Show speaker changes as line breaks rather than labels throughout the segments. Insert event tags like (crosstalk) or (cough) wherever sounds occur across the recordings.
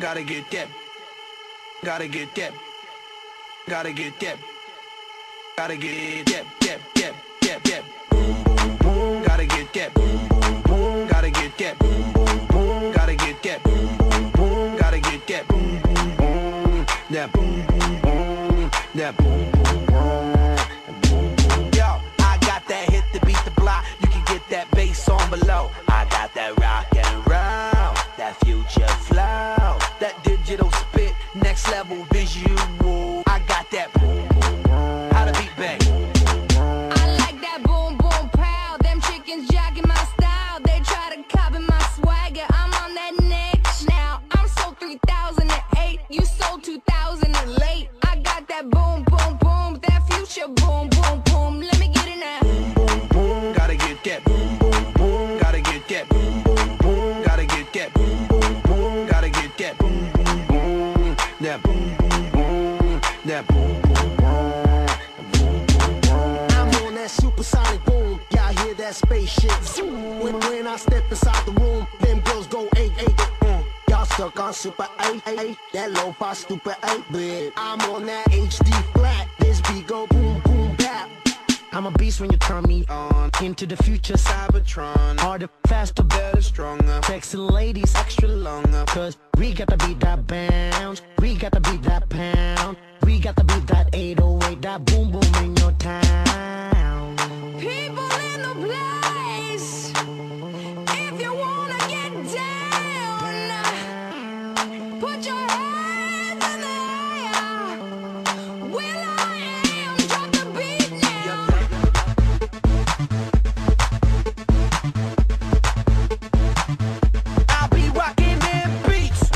Gotta get that. Gotta get that. Gotta get that. Gotta get that. That. That. That. That. Boom. Boom. Boom. Gotta get that. Boom. Boom. Boom. Gotta get that. Boom. Boom. Boom. Gotta get that. Boom. Boom. Boom. Gotta get that. Boom. Boom. Boom. That. Boom. Boom. Boom. That. Boom. Boom. Boom. Boom. Boom. Yo, I got that hit to beat the block. You can get that bass on below. I got that rock and roll, that future flow, that digital spit, next level visual. I got that boom, boom, boom. how to beat bang.
I like that boom boom pow. Them chickens jogging my style. They try to copy my swagger. I'm on that next now. I'm sold 3008. You sold 2000 and late. I got that boom boom boom. That future boom boom boom. Let me get in there.
Boom, gotta get that boom, boom, boom. Gotta get that boom, boom, boom. Gotta get that boom, boom, boom. Gotta get that boom, boom, boom. That boom, boom, boom. That boom, boom, boom.
I'm on that supersonic boom. Y'all hear that spaceship zoom. When, when I step inside the room, them girls go eight eight. Mm. Y'all stuck on super eight eight. That low fi stupid eight bit. I'm on that HD flat. This beat go boom boom bap.
I'm a beast when you turn me on. Into the future, Cybertron. Harder, faster, better, stronger. Sexy ladies, extra longer. Cause we got to beat that bounce. We got to beat that pound. We got to beat that 808. That boom boom in your town.
People in the place. If you wanna get down, put your hands in the air. Will I am drop the beat now.
I be rocking them beats.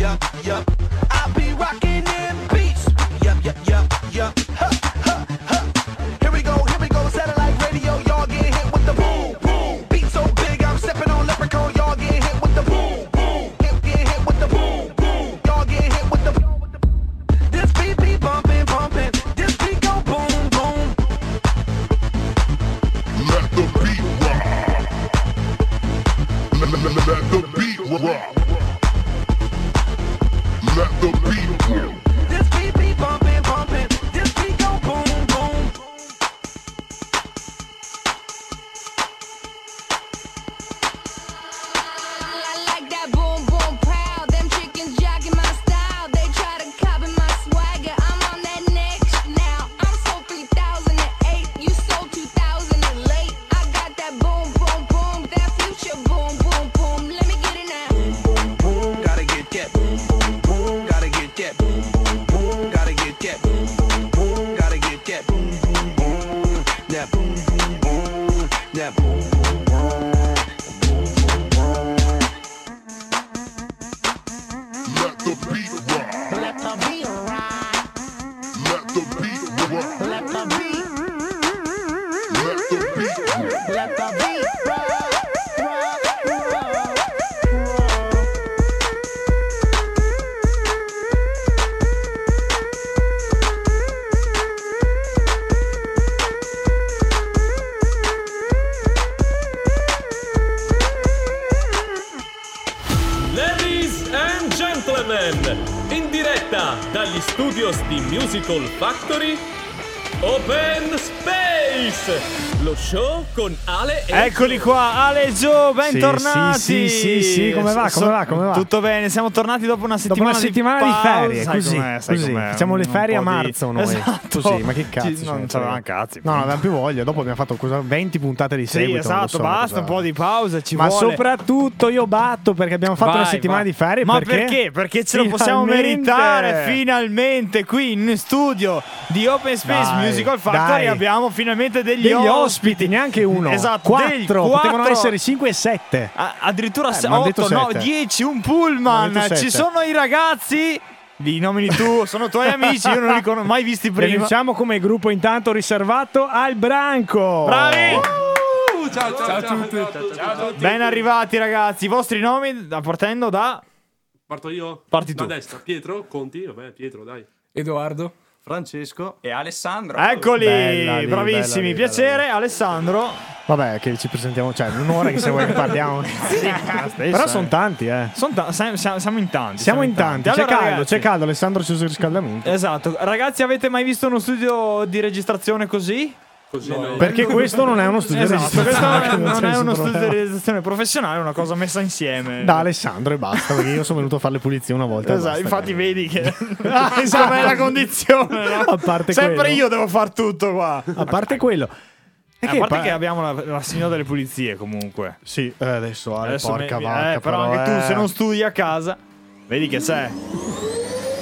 Yup, yup. I be rocking them beats. Yup, yup, yup, yup. Huh, huh, huh. Here we go, here we go. Satellite radio, y'all get hit with the boom, boom. Beat so big, I'm stepping on leprechaun. Y'all get hit with the boom, boom. Hit, get hit with the boom, boom. Y'all get hit with the. This beat be bumping, bumping. This beat go boom, boom.
Let the beat rock. Let, let, let, let the beat rock. Let the beat rock.
This beat be bumping, bumping. This beat go boom, boom.
I like that boom boom pow. Them chickens jogging my style. They try to copy my swagger. I'm on that next now. I'm sold 3008. You sold 2000 and late. I got that boom boom boom. That future boom boom boom. Let me get it now.
boom, gotta get that boom, boom, boom, gotta get that boom, boom, boom, gotta get that boom, boom, boom, gotta get that boom, boom, boom, that boom, boom, boom, that boom, boom, boom.
Let the beat rock.
Let the beat ride.
Let the beat rock.
Let the beat,
Let the beat rock.
let the beat ride.
Ladies and gentlemen, in diretta dagli studios di Musical Factory, Open Space, lo show con Ale e
Eccoli qua, Ale e Gio, bentornati.
sì, sì, sì, come va, come va, come va?
Tutto bene, siamo tornati dopo una
Dopo
settimana,
una settimana di,
pausa,
ferie,
sai
così,
com'è, sai
così.
com'è,
facciamo le
un
ferie a
po' di-
marzo noi.
Esatto.
Così, ma che
Ci-
cazzo? cioè, ce ne
non c'avevamo
frega.
cazzi.
No, non avevamo più voglia. Dopo abbiamo fatto cosa- 20 puntate di
Sì,
seguito. non lo
esatto,
so
basta,
cosa-
un po' di pausa ci
Ma
vuole.
soprattutto io batto perché abbiamo fatto
Vai,
una settimana
vai.
di ferie.
Ma perché? Perché ce lo possiamo
Finalmente!
meritare finalmente qui in studio di Open Space
Dai,
Musical Factory.
dai.
Abbiamo finalmente degli,
Degli ospiti, neanche uno.
Esatto, dei
quattro. Potevano
quattro-
essere 5 e 7.
A- addirittura
Eh, mi hanno detto
8, no,
sette.
10, un
Mi hanno
pullman.
detto
Ci
sette.
sono i ragazzi. Li nomini tu, sono
(laughs)
tuoi amici, io non li ho mai visti prima.
Cominciamo come gruppo intanto riservato al branco.
Bravi!
Ciao, ciao, ciao, a tutti.
Uh, Ben arrivati ragazzi, i vostri nomi da- partendo da...
Parto io?
Parti
Da
tu.
destra, Pietro, Conti, vabbè, Pietro, dai.
Edoardo,
Francesco e Alessandro.
Eccoli, bravissimi, piacere Alessandro.
Vabbè, che ci presentiamo, cioè, un'ora che se vuoi che
(laughs)
parliamo. (laughs)
Però sono tanti, eh. siamo in tanti.
Siamo in tanti, c'è
Allora,
caldo,
ragazzi-
c'è caldo, Alessandro ci usa il riscaldamento.
Esatto, ragazzi, avete mai visto uno studio di registrazione così? Così no.
Perché questo non è uno studio di
Esatto,
registrazione.
questo non,
(laughs) Cioè,
è uno
nessun
studio di
problema.
registrazione professionale, è una cosa messa insieme.
Da Alessandro e basta, perché io sono venuto a fare le pulizie una volta. e
Esatto,
basta.
infatti vedi che (laughs)
Ah, esatto.
com'è la condizione. no?
(laughs) A parte
Sempre
quello.
io devo far tutto qua.
A parte quello.
Eh,
E
a
che
parte
pa-
che abbiamo la, la signora delle pulizie comunque.
Sì, eh, adesso Ale,
Adesso
porca
mi-
vacca.
eh, però, anche tu se non studi a casa, vedi che c'è.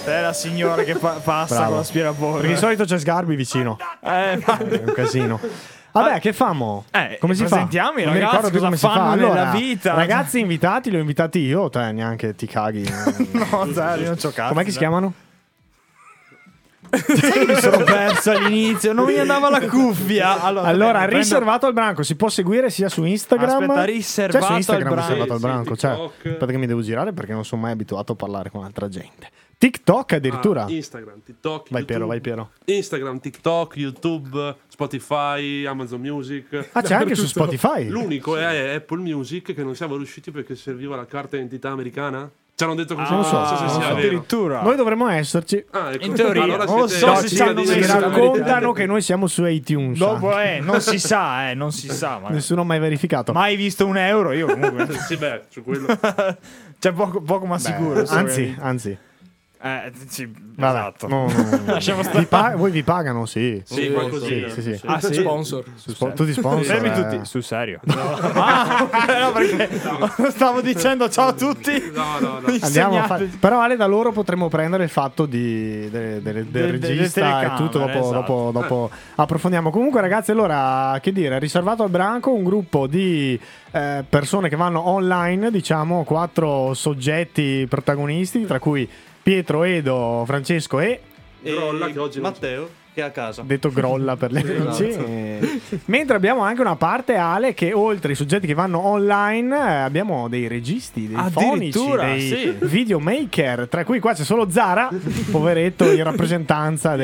C'è la signora che pa- passa
Bravo.
con l'aspirapolvere.
Perché di solito c'è Sgarbi vicino.
Eh, ma-
È un casino. Vabbè, che famo?
Eh,
come si fa?
presentiamo i
Non mi
ragazzi,
ricordo più
cosa
come si fa.
fanno nella
Allora,
vita.
Ragazzi invitati, li ho invitati io, te neanche
(laughs)
ti
(laughs)
caghi.
no, Zari, non c'ho cazzo.
Com'è che
(laughs)
si chiamano?
Mi sono perso all'inizio, non mi andava la cuffia. Ah, Allora,
Allora,
prendo-
riservato al branco, si può seguire sia su Instagram.
Aspetta,
cioè,
riservato
su
al
Instagram
branco.
riservato al
Sì, sì,
branco. Cioè,
TikTok.
aspetta che mi devo girare perché non sono mai abituato a parlare con altra gente. TikTok addirittura.
Ah, Instagram, TikTok,
Vai,
YouTube.
Piero, vai, Piero.
Instagram, TikTok, YouTube, Spotify, Amazon Music.
Ah, c'è anche su Spotify?
L'unico è Apple Music che non siamo riusciti perché serviva la carta d'identità americana. Ci hanno detto così.
non lo so,
non so se
Ah, non lo
sia
so.
vero.
Noi dovremmo esserci. Oh,
Ah, ecco.
In teoria,
Allora
non
siete-
so
No,
se
ci
ci hanno
dice-
Ci
messo-
raccontano che noi siamo su iTunes.
Dopo,
anche.
eh, non si sa, eh, non si sa. Ma...
Nessuno ha mai verificato.
Mai visto un euro io comunque.
sì, beh, su quello.
(laughs) C'è poco, poco ma sicuro.
Eh,
so
anzi,
che-
anzi.
eh, sì,
Vabbè,
esatto.
no, no, no, no.
(laughs) Lasciamo
Vi
stare.
pa- voi vi pagano? Sì,
Sì, qualcosina.
sì, sì, sì.
Ah, sì?
Sponsor.
Su- tutti sponsor.
Fermi
eh.
tutti. Sul serio. Ah, (laughs) ok, no, perché stavo dicendo ciao a tutti.
No, no, no.
Andiamo a fare-
(laughs) Insegnate-
Però Ale da loro potremmo prendere il fatto di, de- de- de- del
delle
regista e
telecamere,
tutto dopo,
esatto.
dopo- dopo approfondiamo. Comunque ragazzi allora che dire, riservato al branco un gruppo di eh, persone che vanno online, diciamo quattro soggetti protagonisti tra cui Pietro, Edo, Francesco e
Grolla che oggi non c'è. esatto.
Matteo che è a casa.
detto Grolla per (laughs) le voci. Mentre abbiamo anche una parte Ale che oltre ai soggetti che vanno online eh, abbiamo dei registi, dei fonici,
Addirittura,
dei
sì.
videomaker, tra cui qua c'è solo Zara,
(laughs)
poveretto in rappresentanza
È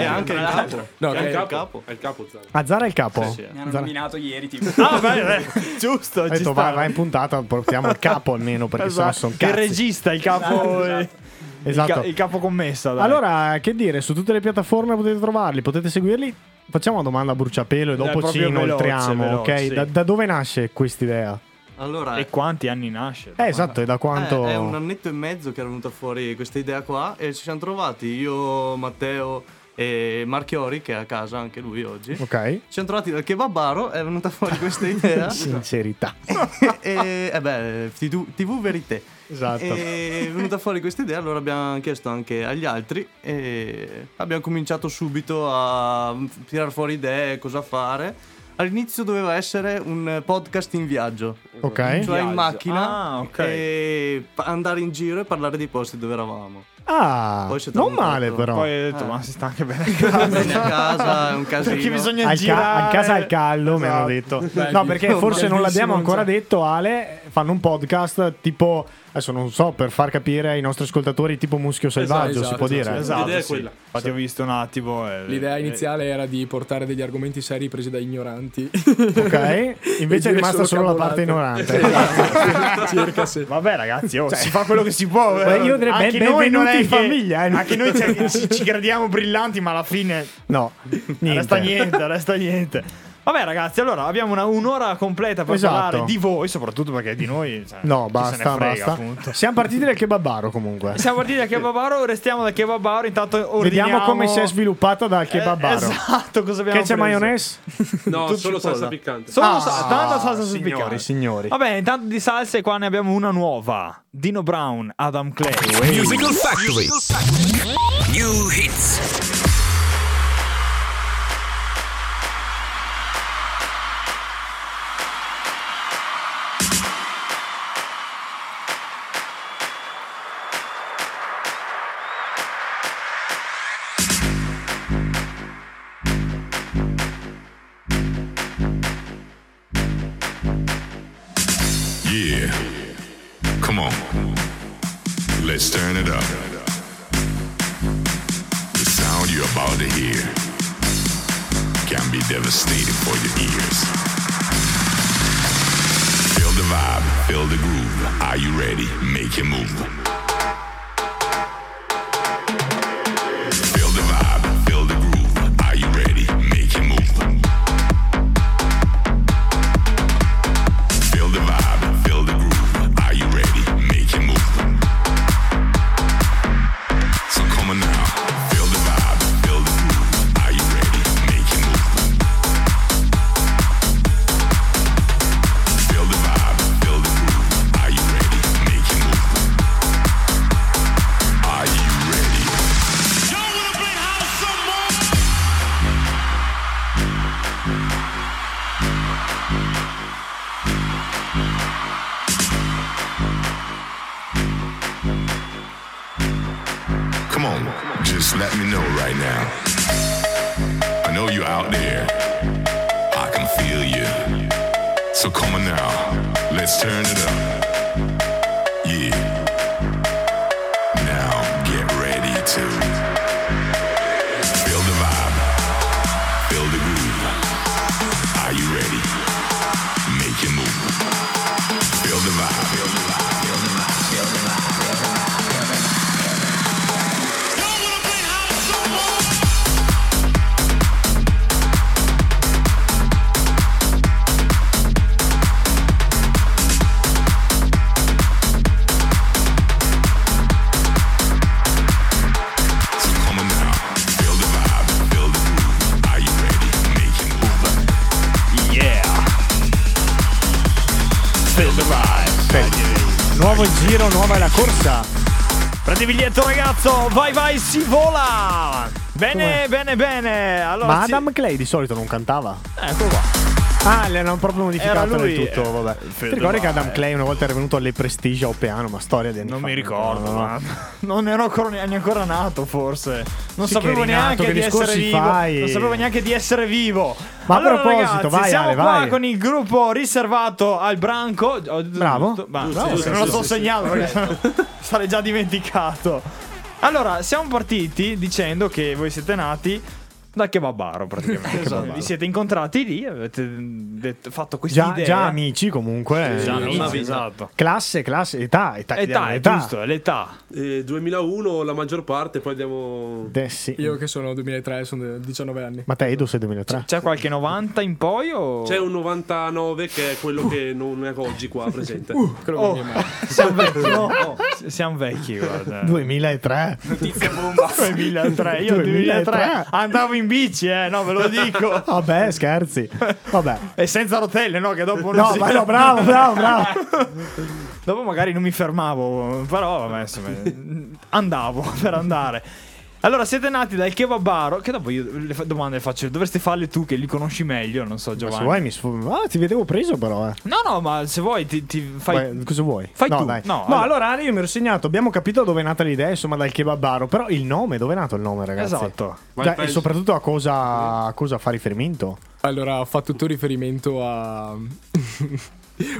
del
anche il capo.
No, è
è
il
il
capo. È il capo, Zara.
Ah, Zara è il capo.
Mi hanno
Zara-
nominato ieri tipo.
Ah, beh,
eh.
beh, giusto.
Ha
ci
detto
sta.
vai, vai in puntata, portiamo il capo almeno perché
Esatto.
sennò sono
Il
cazzi.
regista, il capo.
Esatto.
Il, ca- il capo commessa. dai.
Allora, che dire, su tutte le piattaforme potete trovarli, potete seguirli. Facciamo una domanda a bruciapelo e
Dai,
dopo ci
proprio veloce,
inoltriamo,
veloce,
ok?
sì.
Da, da dove nasce quest'idea?
Allora,
E quanti anni nasce?
Eh, esatto, e da quanto...
eh, è un annetto e mezzo che era venuta fuori questa idea qua e ci siamo trovati io, Matteo e Marchiori che è a casa anche lui oggi. Ci
Ok.
siamo trovati dal kebabaro, è venuta fuori
(laughs)
questa idea.
Sincerità.
e, e beh, TV, TV Verité.
Esatto.
E è venuta fuori questa idea, allora abbiamo chiesto anche agli altri e abbiamo cominciato subito a tirare fuori idee, cosa fare. All'inizio doveva essere un podcast in viaggio,
Ok.
cioè in macchina
Ah, ok.
e pa- andare in giro e parlare dei posti dove eravamo.
Ah,
Poi siete
non
andato.
male però.
Poi ho detto, ma si sta anche bene.
Bene a casa, è un casino.
Perché bisogna
Al ca-
girare. Esatto.
a casa al caldo, mi hanno detto. no, perché forse non l'abbiamo ancora detto, Ale. Fanno un podcast tipo, adesso non so, per far capire ai nostri ascoltatori, tipo Muschio Selvaggio, Cioè, si
esatto,
può
esatto,
dire.
Esatto,
L'idea è
sì.
quella.
Infatti ho visto un attimo. eh,
L'idea
eh,
iniziale era di portare degli argomenti seri presi da ignoranti.
Ok? Invece è
dire solo
rimasta solo la parte
cavolate.
(laughs)
ignorante.
(laughs) Circa sì.
Vabbè, ragazzi, oh, si fa quello che si può. eh.
Cioè, io direi
anche
ben-
noi non è
benvenuti in
che-
famiglia, eh.
Anche noi ci, ci- ci crediamo brillanti, ma alla fine
No,
resta
niente.
niente, resta niente. Vabbè, ragazzi, allora abbiamo una- un'ora completa per
Esatto.
parlare di voi, soprattutto perché di noi. cioè, chi
No,
se
basta,
ne frega,
basta.
appunto.
Siamo partiti dal kebabaro comunque.
Siamo partiti da Kebabaro, restiamo da Kebabaro. Intanto ordiniamo.
Vediamo come si è sviluppata dal
Eh,
kebabaro.
Esatto, cosa abbiamo
Che c'è
preso.
maionese?
No, solo salsa piccante.
Solo sa- tanta salsa sul
Ah, Signori,
piccante.
signori.
Vabbè, intanto di salse qua ne abbiamo una nuova. Dino Brown, Adam Clay.
Musical Factory. New hits.
Yeah. Come on. Let's turn it up. The sound
you're about to hear can be devastating for your ears. Feel the vibe, feel the groove. Are you ready? Make your move. Feel the vibe, feel the groove. Are you ready? Make your move. Feel the vibe, feel the groove. Are you ready? Make your move. So come on now, feel the vibe, feel the groove. Are you ready? Make your move. Feel the vibe, feel the groove. Are you ready? Make your move. Are you ready? Come on, just let me know right now. I know you're out there. I can feel you. So come on now, let's turn it up. Yeah. Now get ready to feel the vibe, feel the groove. Are you ready? Make your move. Feel the vibe, feel the vibe, feel the vibe, feel the vibe. Feel the vibe.
Yeah.
Nuovo giro, nuova è la corsa.
Prendi il biglietto ragazzo, vai vai, si vola! Bene, bene, bene. Allora,
Ma
sì-
Adam Clay di solito non cantava.
Ecco qua.
Ah, le hanno proprio modificato
Era lui,
del tutto.
eh,
Vabbè. Ti
Fede, eh.
ricordi che
vai.
Adam Clay una volta era venuto alle Prestige a Oppiano, ma storia di anni
Non
fa.
mi ricordo,
No, no, no.
ma- (laughs) non ero ancora, neanche ancora nato, forse. Non
Sì, che
sapevo
eri nato,
neanche
che
di
discorsi
essere vivo.
fai?
Non sapevo neanche di essere vivo.
Ma a
allora,
proposito,
ragazzi,
vai,
siamo
Ale,
qua
vai.
con il gruppo riservato al branco. Bravo.
Bravo, sì,
non lo
sì,
sto
sì,
segnando
sì.
perché sennò sarei già dimenticato. Allora, siamo partiti dicendo che voi siete nati da Kebabaro praticamente.
(laughs) Esatto.
Vi siete incontrati lì, avete detto- fatto questa
Già,
idea.
già amici comunque.
Sì, già
Eh,
amici,
insomma.
esatto.
Classe, classe, età, età.
Età,
chiediamo
è
età.
giusto, è l'età.
Eh, 2001 la maggior parte, poi abbiamo...
Eh, sì.
Io che sono 2003, sono 19 anni.
Ma te Edo sei 2003.
C'è qualche 90 in poi o...
C'è un 99 che è quello che non è oggi qua presente.
Uh.
quello che Oh. mi
(laughs)
Siamo vecchi, no? S- Siamo vecchi, guarda.
2003.
Notizia bomba. 2003, Eh, io
2003.
2003 andavo in bici, eh, no, ve lo
(laughs)
dico.
Vabbè, Ah, scherzi. Vabbè.
E senza rotelle, no, che dopo non
No,
si-
ma no, bravo, bravo, bravo.
(laughs) Dopo magari non mi fermavo, però vabbè, insomma, andavo (laughs) per andare. Allora, siete nati dal kebabaro, che dopo io le fa- domande le faccio, dovresti farle tu che li conosci meglio, non so
Ma
Giovanni.
se vuoi mi sfum- Ah, ti vedevo preso però, eh.
No, no, ma se vuoi ti, ti fai...
Vai, cosa vuoi?
Fai
no,
tu.
Dai.
No,
No, allora Ale, io mi ero segnato. Abbiamo capito dove è nata l'idea, insomma, dal kebabaro. Però il nome, dove è nato il nome, ragazzi?
Esatto.
Cioè,
Ma il
e
paese-
soprattutto a cosa, a cosa fa riferimento?
Allora, fa tutto riferimento a (laughs)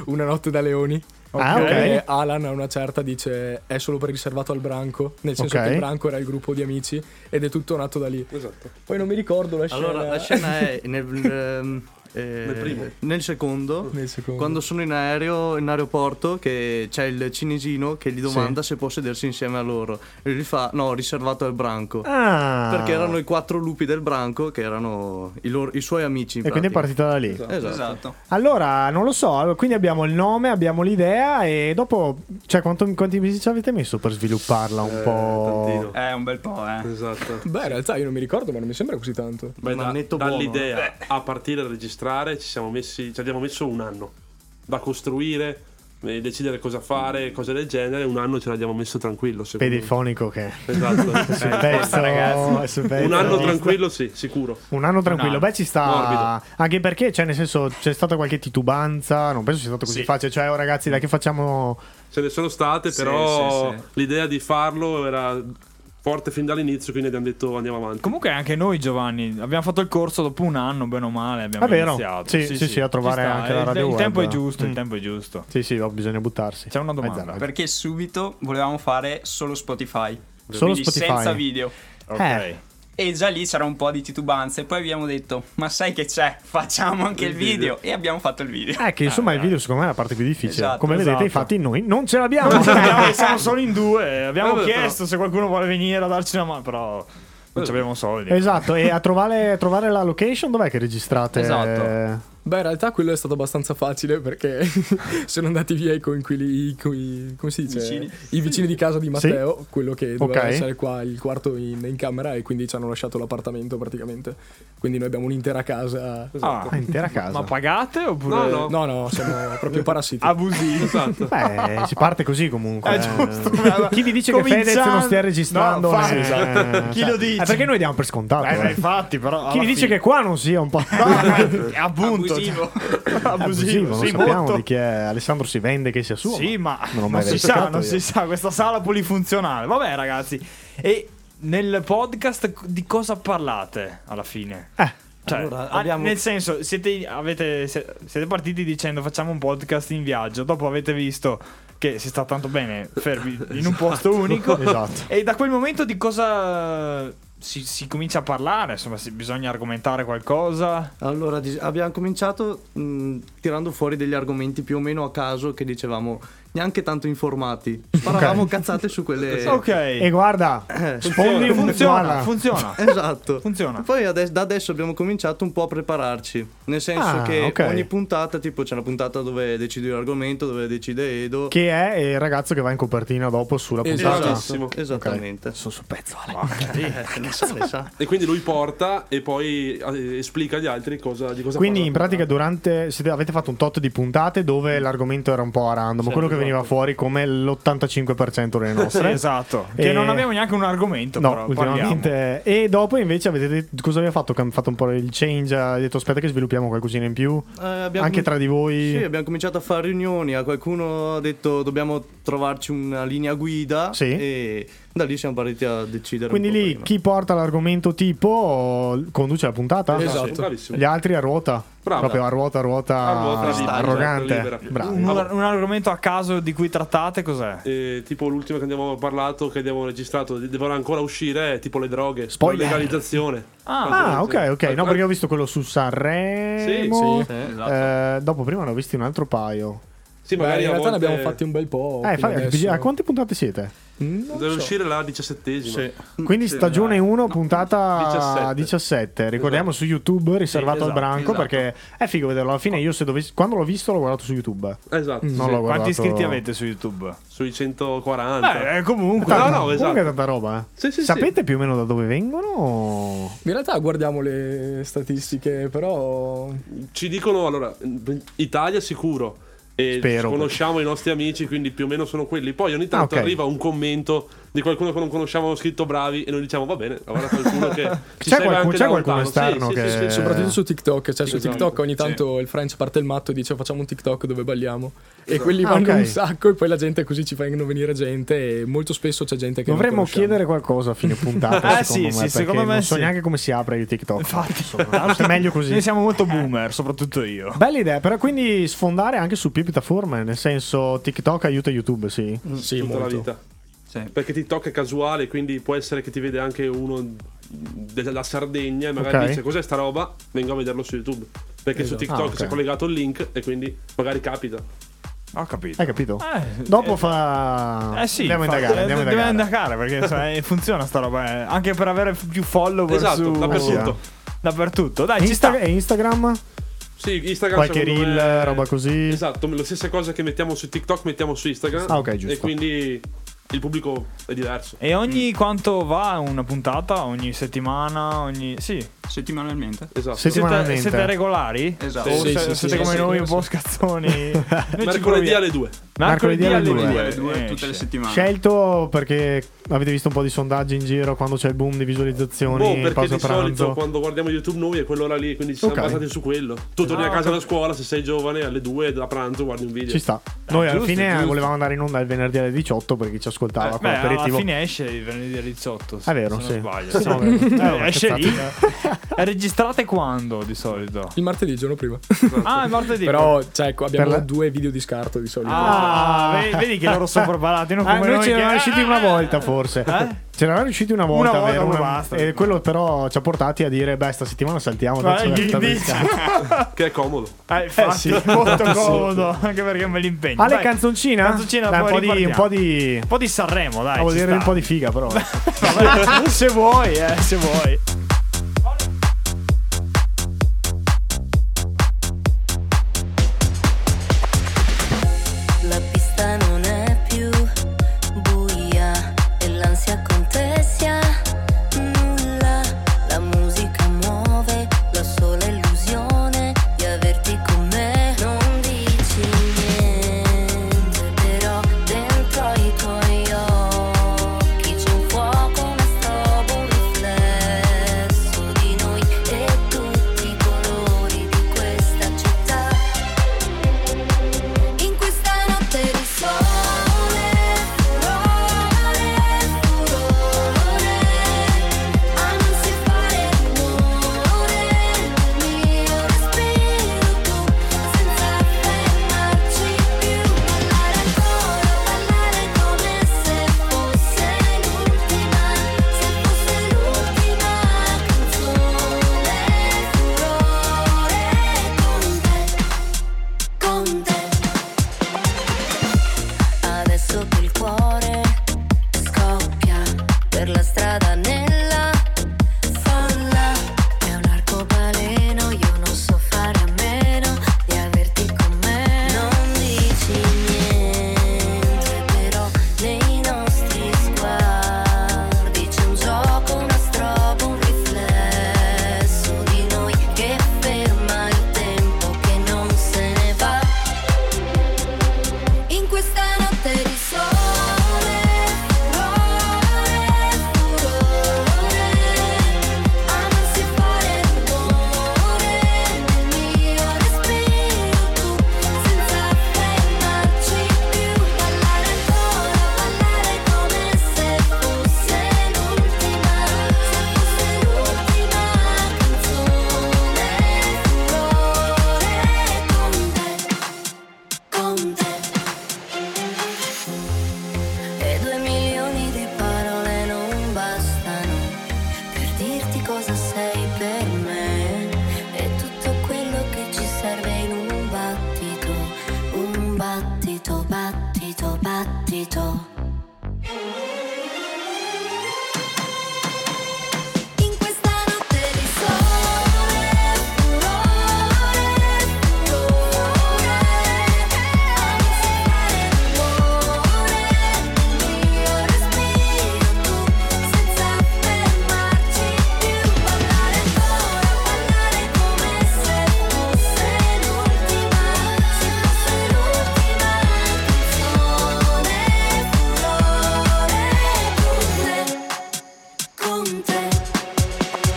Una notte da leoni.
Ah, ok.
E Alan a una certa dice è solo per riservato al branco, nel senso
Ok.
che il branco era il gruppo di amici ed è tutto nato da lì.
Esatto.
Poi non mi ricordo la scena.
Allora, la scena è
(laughs)
nel, ehm, eh,
Nel primo.
nel secondo,
Nel secondo.
Mm-hmm.
quando sono in aereo, in aeroporto, che c'è il cinesino che gli domanda se può sedersi insieme a loro. E lui fa, no, riservato al branco.
Ah.
Perché erano i quattro lupi del branco che erano i, loro- i suoi amici. in
E quindi è
pratica.
partita da lì.
Esatto.
Allora, non lo so. allora, Quindi abbiamo il nome, abbiamo l'idea. E dopo, cioè, quanto- quanti mesi ci avete messo per svilupparla un po'?
Eh, un bel po', eh.
Esatto.
Beh, in realtà io non mi ricordo, ma non mi sembra così tanto.
Beh, da- dall'idea
eh.
a partire a registrare ci siamo messi, ci abbiamo messo un anno da costruire, eh, decidere cosa fare, cose del genere. Un anno ce l'abbiamo messo tranquillo. secondo me.
Pedifonico che. (laughs)
Esatto.
Sul pezzo,
ragazzi.
sul pezzo.
Un anno tranquillo, sì, sicuro.
Un anno tranquillo,
No.
beh, ci sta.
Morbido.
Anche perché, cioè, nel senso, c'è stata qualche titubanza. Non penso sia stato così
Sì.
facile. Cioè, oh, ragazzi, dai, che facciamo.
Ce ne sono state,
Sì,
però
sì, sì.
l'idea di farlo era forte fin dall'inizio, quindi abbiamo detto andiamo avanti.
Comunque anche noi Giovanni abbiamo fatto il corso dopo un anno, bene o male, abbiamo
È vero.
iniziato.
Sì, sì, sì, a
ci
trovare
sta.
anche la
Il-
radio
Il tempo è
web.
giusto,
Mm.
il tempo è giusto.
Sì, sì, oh, bisogna buttarsi. C'è una domanda.
Perché subito volevamo fare solo Spotify.
Solo
Quindi
Spotify.
Senza video.
Eh.
E già lì c'era un po' di titubanze. Poi abbiamo detto, ma sai che c'è? Facciamo anche il video. E abbiamo fatto il video.
È Eh, che insomma il video secondo me è la parte più difficile.
Esatto,
Come vedete,
esatto.
infatti, noi non ce l'abbiamo.
(laughs) siamo solo in due. Abbiamo
Vabbè,
chiesto se qualcuno vuole venire a darci una mano, però non ci abbiamo soldi.
esatto, e a trovare, a trovare la location dov'è che registrate?
Esatto. Beh, in realtà quello è stato abbastanza facile perché (laughs) sono andati via i coinquili, i coi- come si dice?
Vicini.
I vicini di casa di Matteo, quello che doveva
Ok.
essere qua il quarto in, in camera e quindi ci hanno lasciato l'appartamento praticamente. Quindi noi abbiamo un'intera casa.
Ah, intera casa.
Ma pagate oppure?
No, no, no, no, siamo proprio parassiti.
Abusivi. Esatto.
Beh, si parte così comunque.
È
eh.
giusto,
Chi vi dice
Cominciando-
che Fedez non stia registrando?
No, infatti,
eh,
esatto. Chi
cioè,
lo dice?
È perché noi diamo per scontato.
Eh, ma
eh.
infatti, però.
Chi vi dice che qua non sia un po' eh,
che. Appunto. cioè, (laughs) Abusivo.
abusivo?
Abusivo,
Non
sì,
sappiamo
molto.
di chi è. Alessandro si vende che sia suo.
Sì, ma
non, l'ho
non,
mai
si sa,
verificato
non
io.
si sa, questa sala polifunzionale. Vabbè, ragazzi. E nel podcast di cosa parlate alla fine?
Eh,
Cioè,
Allora,
ah,
abbiamo-
Nel senso, siete, avete- se- siete partiti dicendo facciamo un podcast in viaggio, dopo avete visto che si sta tanto bene
(laughs)
fermi in un posto unico.
Esatto.
E da quel momento di cosa si, si comincia a parlare? Insomma, si- bisogna argomentare qualcosa.
Allora, dis- abbiamo cominciato mh, tirando fuori degli argomenti più o meno a caso che dicevamo neanche tanto informati. Sparavamo cazzate su quelle.
Ok. Eh, E guarda, spondi un- guarda.
(laughs) Esatto.
Funziona.
Poi ades- da adesso abbiamo cominciato un po' a prepararci. Nel senso
Ah,
che
ok.
ogni puntata, tipo, c'è una puntata dove decidi l'argomento, dove decide Edo.
Che è il ragazzo che va in copertina dopo sulla
Esatto.
puntata.
Esattissimo. Esattamente.
Sono su pezzo, (laughs)
E quindi lui porta e poi eh, esplica agli altri cosa, di cosa
Quindi in
parla.
pratica durante siete- avete fatto un tot di puntate dove l'argomento era un po' a random,
Sì,
quello che
esatto.
veniva fuori come
(laughs)
l'85% delle nostre.
Sì, esatto. Che
E-
non abbiamo neanche un argomento,
No,
però
ultimamente.
parliamo.
E dopo invece avete detto, cosa abbiamo fatto? Che Abbiamo fatto un po' il change, hai detto aspetta che sviluppiamo qualcosina in più.
Eh, abbiamo
Anche
comin-
tra di voi.
Sì, abbiamo cominciato a fare riunioni. A qualcuno ha detto dobbiamo trovarci una linea guida.
Sì.
E da lì siamo partiti a decidere.
Quindi
un po'
lì
prima.
chi porta l'argomento tipo conduce la puntata.
Esatto. Bravissimo.
Gli altri a ruota.
Brava.
Proprio a ruota, ruota, cioè, arrogante. Bravi.
Un, un argomento a caso di cui trattate cos'è?
Eh, tipo l'ultimo che abbiamo parlato, che abbiamo registrato, de- dovrà ancora uscire, è tipo le droghe,
Spoiler.
la legalizzazione.
Ah, ok, ok. No, perché ho visto quello su Sanremo.
Sì, sì,
Eh,
esatto.
dopo prima ne ho visti un altro paio.
Sì,
Beh, in
magari a
realtà ne
volte-
abbiamo fatti un bel po'.
Eh,
Oh, fino
infatti,
adesso.
a quante puntate siete?
Deve uscire la diciassettesima. Mm.
Quindi stagione 1, puntata 17.
17.
Ricordiamo su YouTube, riservato
Esatto. Sì,
al
esatto,
branco,
esatto. Oh.
perché è figo vederlo. Alla fine io se dovessi... Quando l'ho visto l'ho guardato su YouTube.
Esatto.
Non
sì.
l'ho guardato.
su YouTube?
Sui 140.
Eh,
Beh, comunque.
No,
Tanto-
no,
comunque è
esatto.
tanta roba. eh.
Sì, sì, sì.
Sapete più o meno da dove vengono? o-
In realtà guardiamo le statistiche, però...
Ci dicono allora Italia sicuro e
Spero.
conosciamo i nostri amici, quindi più o meno sono quelli. Poi ogni tanto
Ah, ok.
arriva un commento di qualcuno che non conosciamo, hanno scritto bravi e noi diciamo va bene, allora qualcuno
(laughs)
che ci segue
C'è qualcuno-
anche
c'è
da
qualcuno
lontano. Sì,
esterno
sì,
che-
sì, sì, sì.
Soprattutto su TikTok, cioè su
Esatto.
TikTok ogni
Sì.
tanto il French parte il matto e dice facciamo un TikTok dove balliamo e
Esatto.
quelli
Ah,
vanno
ok.
un sacco e poi la gente così ci fanno venire gente e molto spesso c'è gente che... non
Dovremmo
conosciamo.
chiedere qualcosa a fine
(laughs)
puntata.
Ah,
Eh,
secondo
sì, sì,
me,
secondo
perché
me
non so
sì.
neanche come si apre il TikTok. Infatti,
Tanto
è meglio così.
Noi siamo molto boomer, soprattutto io.
Bella idea, però quindi sfondare anche su più piattaforme, nel senso TikTok aiuta YouTube, Mm, sì.
Sì, Mm, tutta la vita. Perché TikTok è casuale, quindi può essere che ti vede anche uno della Sardegna e magari
Ok.
dice cos'è sta roba, vengo a vederlo su YouTube. Perché su
Esatto.
TikTok
Ah, ok.
c'è collegato il link e quindi magari capita.
Ho capito.
Hai capito?
Eh.
Dopo fa...
Eh sì,
andiamo a
infatti,
indagare,
eh,
andiamo a
dobbiamo
indagare.
indagare, perché insomma, eh,
(laughs)
funziona sta roba. eh. Anche per avere f- più follower
Esatto,
su...
dappertutto.
Dappertutto. Dai, ci
Insta-
sta.
E Instagram?
Sì, Instagram
Qualche
secondo
reel,
me-
roba così.
Esatto, la stessa cosa che mettiamo su TikTok mettiamo su Instagram.
Ah, ok, giusto.
E quindi il pubblico è diverso.
E ogni
Mm.
quanto va una puntata? Ogni settimana? Ogni... Sì. Settimanalmente.
Esatto.
Siete,
Settimanalmente.
siete regolari?
Esatto.
O
Sì,
se-
sì, sì,
siete
sì,
come
sì,
noi
sì.
un po' scazzoni? Noi ci
Mercoledì
proviamo.
alle 2.
Mercoledì alle eh, 2.
eh, tutte le settimane.
Scelto perché avete visto un po' di sondaggi in giro quando c'è il boom di
Boh,
visualizzazioni,
perché
pausa
di solito
pranzo.
quando guardiamo YouTube noi è quell'ora lì, quindi ci siamo
Ok.
basati su quello. Tu torni
Ah,
a
Esatto.
casa
ok.
da scuola, se sei giovane, alle 2 da pranzo guardi un video. Eh,
Ci sta. Noi alla
giusto,
fine
giusto. Eh,
volevamo andare in onda il venerdì alle 18 perché ci ha ascoltava come
Eh, Beh, alla
aperitivo.
fine esce il venerdì del rizzotto.
È Ah, vero,
se
sì.
non sbaglio.
Sì, è vero.
Eh,
Cazzate.
esce lì.
Ah.
È registrate quando di solito?
Il martedì, il giorno prima.
Ah, il
(laughs)
martedì.
Però, cioè, ecco, abbiamo
Per la-
due video di scarto di solito.
Ah, vedi- vedi che loro sono preparati, non
Ah,
come
noi
noi
ce
che- Eh,
ne eravamo riusciti una volta, forse. Ce ne eravamo riusciti una volta,
Una volta,
vero?
poi basta.
E quello però ci ha portati a dire: Beh, sta settimana saltiamo.
Eh,
tanto
gli
la-
indizi. (laughs)
(laughs)
che è comodo.
Eh, infatti,
sì.
molto
Sì.
comodo. Anche perché me l'impegno.
Ale,
Dai,
canzoncina?
Canzoncina,
Dai, un, po di, un po'
ripartiamo.
di.
Un po' di
(laughs)
Sanremo, dai.
Ah, vuol
ci
dire
sta.
un po' di figa, però. (laughs)
Vabbè, se vuoi, eh, se vuoi.
La pista non è più buia e l'ansia contessa nulla. La musica muove la sola illusione di averti con me. Non dici niente, però dentro i tuoi occhi c'è un fuoco, una strobo, un riflesso di noi e tutti i colori di questa città. In questa notte di sole, furore, furore A non si fare rumore, mio respiro tu Senza fermarci più Ballare ancora, ballare come se fosse l'ultima Se fosse l'ultima canzone Furore con te, con te Adesso che il cuore scoppia per la strada nella folla È un arcobaleno, io non so fare a meno di averti con me Non dici niente, però nei nostri sguardi C'è un gioco, una strobo, un riflesso di noi Che ferma il tempo che non se ne va in questa notte di sole, furore, furore A non si fare rumore nel mio respiro tu Senza fermarci più Ballare ancora, ballare come se fosse l'ultima Se fosse l'ultima canzone Furore con te, con te e due milioni di parole non bastano per dirti cosa sei per me. E tutto quello che ci serve in un battito, un battito, battito, battito. In questa notte di sole, furore, furore, amore, mio respiro tu, senza fermarci più, ballare ancora, ballare come se fosse l'ultima, se fosse l'ultima canzone, furore con te, con te.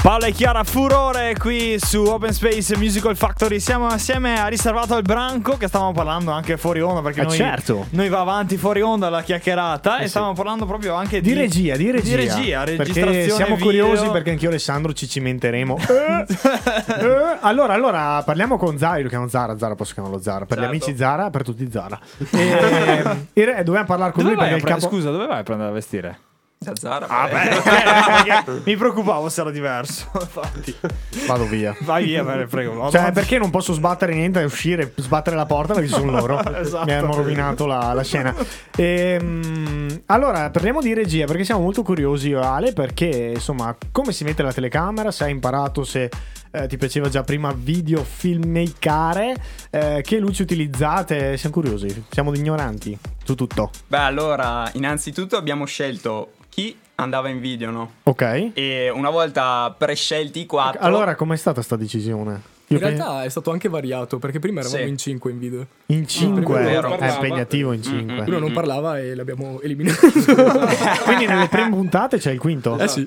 Paola e Chiara Furore qui su Open Space Musical Factory. Siamo assieme a Riservato al Branco, che stavamo parlando anche fuori onda. Perché
Eh,
noi,
certo. Eh,
noi va avanti fuori onda la chiacchierata. e stavamo parlando proprio anche di,
Di regia, di regia.
regia, registrazione
perché siamo
video.
curiosi perché anch'io e Alessandro ci
(laughs)
cimenteremo. Eh, eh, allora, allora, parliamo con Zara. Io lo chiamo Zara, Zara posso chiamarlo Zara. Per
Certo.
gli amici Zara, per
(laughs)
tutti Zara. Ehm, E, in re- dobbiamo parlare con
Dove
lui
vai a
perché il
pre-
capo...
Scusa, dove vai a prendere a vestire? Ah,
Da Zara.
(laughs) Mi preoccupavo se era diverso. (laughs) Infatti,
Vado via.
vai
(laughs)
via, me ne prego. no,
Cioè,
no. (laughs)
perché non posso sbattere niente e uscire, sbattere la porta perché ci sono (laughs) loro.
Esatto.
Mi hanno rovinato la, la scena. (laughs) Ehm, allora, parliamo di regia perché siamo molto curiosi, io e Ale, perché insomma, come si mette la telecamera? Se hai imparato, se eh, ti piaceva già prima video filmmakare, eh, che luci utilizzate? Siamo curiosi, siamo ignoranti su tutto.
Beh, allora, innanzitutto abbiamo scelto chi andava in video, no?
Ok.
E una volta prescelti i quattro...
Allora, com'è stata sta decisione?
In
Io pe-
realtà è stato anche variato, perché prima eravamo
Sì.
in 5 in video.
In cinque?
Prima
È
parlava.
impegnativo
Mm,
in cinque.
Uno non parlava e
(laughs)
l'abbiamo eliminato.
(laughs)
Esatto.
Quindi nelle prime puntate c'è il quinto.
Eh sì.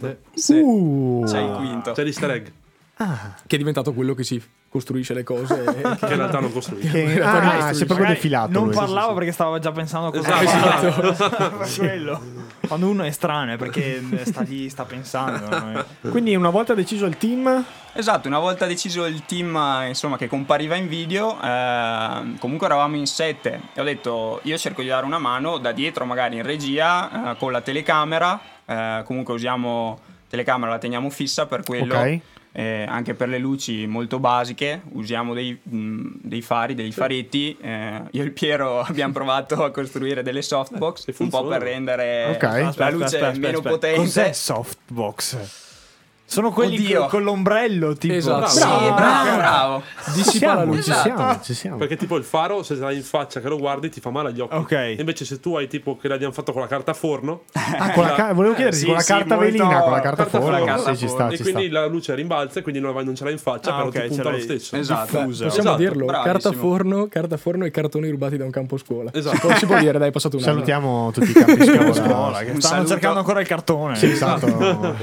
Uh.
Ah. C'è l'easter egg.
Ah.
Che è diventato quello che si costruisce le
(laughs)
cose.
Che in realtà non costruisce.
Che
(laughs)
in
Che in realtà
realtà non
non
ah,
costruisce.
si è proprio
Magari
defilato.
Non
lui.
parlavo perché stavo già pensando a cosa
Esatto. (laughs)
parlare.
Sì.
quello. Quando uno è strano è perché sta lì, sta
Ah. (laughs)
pensando. no?
Quindi una volta deciso il team,
Esatto, una volta deciso il team eh, insomma, che compariva in video, ehm, comunque eravamo in sette e ho detto io cerco di dare una mano da dietro magari in regia eh, con la telecamera, eh, comunque usiamo telecamera, la teniamo fissa per quello,
Ok.
eh, anche per le luci molto basiche, usiamo dei, mh, dei fari, dei faretti, eh, io e il Piero (laughs) abbiamo provato a costruire delle softbox un po' per rendere
Ok.
la
eh, Aspetta,
luce
aspetta, aspetta,
meno
aspetta.
potente.
Cos'è softbox? Sono quelli
Oddio.
con, con l'ombrello, tipo.
Esatto.
Sì, bravo, bravo.
Esatto.
ci siamo.
Perché tipo il faro, se l'hai in faccia che lo guardi, ti fa male agli occhi. Ok. Invece se tu hai tipo che l'abbiamo fatto con la carta forno. (laughs) Eh,
Ah, con la ca- volevo chiederti, con la carta velina, con la carta forno,
forno,
sì, ci sta,
e
ci
quindi la luce rimbalza e quindi non, la- non ce l'hai in faccia,
Ah,
però
ok,
ti
ce
punta lo
l'hai-
stesso.
esatto. Diffusa.
Possiamo
Esatto,
dirlo,
bravissimo.
carta forno, carta forno e cartoni rubati da un campo scuola.
Esatto.
Si può, si può dire, dai, è passato un anno.
Salutiamo
Esatto,
tutti
(laughs)
i
(laughs)
campi scuola.
Scuola, che stanno cercando ancora il cartone.
Sì, esatto.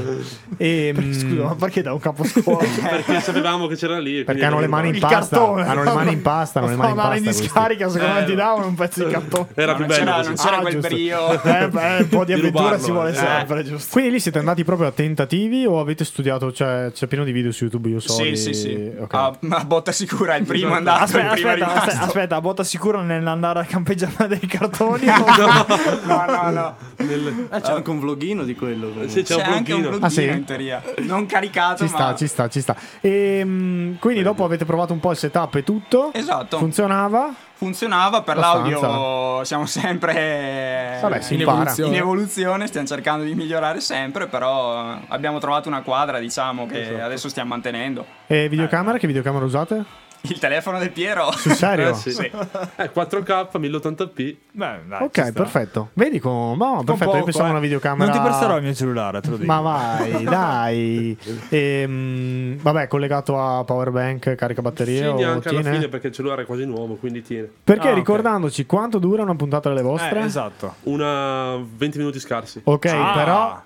E, Scusa, ma perché da un caposcuola?
Eh, Perché sapevamo che c'era lì. e quindi
Perché hanno le mani in
Il
pasta.
cartone.
Hanno le mani in pasta, hanno le mani in
Ma
pasta.
in
questi.
discarica, secondo me
Eh,
ti davano un pezzo di cartone.
Era più bello così.
Ah, giusto. Eh, beh, un po' (laughs) di eh. avventura si
Eh.
vuole sempre, giusto?
Quindi lì siete andati proprio a tentativi o avete studiato? Cioè, c'è pieno di video su YouTube, io so.
Sì,
di-
sì, sì.
Ok.
A, a botta sicura il primo è andato,
Esatto. Aspetta,
il primo è
aspetta,
rimasto.
aspetta, aspetta, a botta sicura nell'andare a campeggiare dei
(laughs)
cartoni. no,
(laughs)
no, no, no.
Eh, c'è anche un vloghino di quello. comunque.
Sì, c'è un C'è anche un vloghino. Ah, sì?
In teoria. Non caricato,
Ci
ma
sta, ci sta, ci sta. E, quindi dopo avete provato un po' il setup e tutto.
Eh,
Esatto.
Funzionava.
funzionava. Per
Abbastanza.
l'audio siamo sempre
Vabbè, si In impara. evoluzione.
in evoluzione, stiamo cercando di migliorare sempre, però eh, abbiamo trovato una quadra, diciamo, che
Esatto.
adesso stiamo mantenendo.
Eh.
E videocamera? Che videocamera usate?
Il telefono del Piero.
Sul serio?
Eh, (laughs) sì.
(laughs) Sì.
Eh, 4K, 1080p.
Beh,
ok, perfetto. Vedi come. No, perfetto.
poco,
io pensavo
eh.
a una videocamera.
Non ti presterò il mio cellulare, te lo dico.
Ma
(laughs)
vai, dai. Ehm, vabbè, collegato a powerbank, carica batterie.
Sì,
o
neanche alla
tiene? Ah,
fine perché il cellulare è quasi nuovo, quindi tiene.
Perché ricordandoci quanto dura una puntata delle vostre?
Ah, esatto. Ah.
Una 20 minuti scarsi.
Ok, però.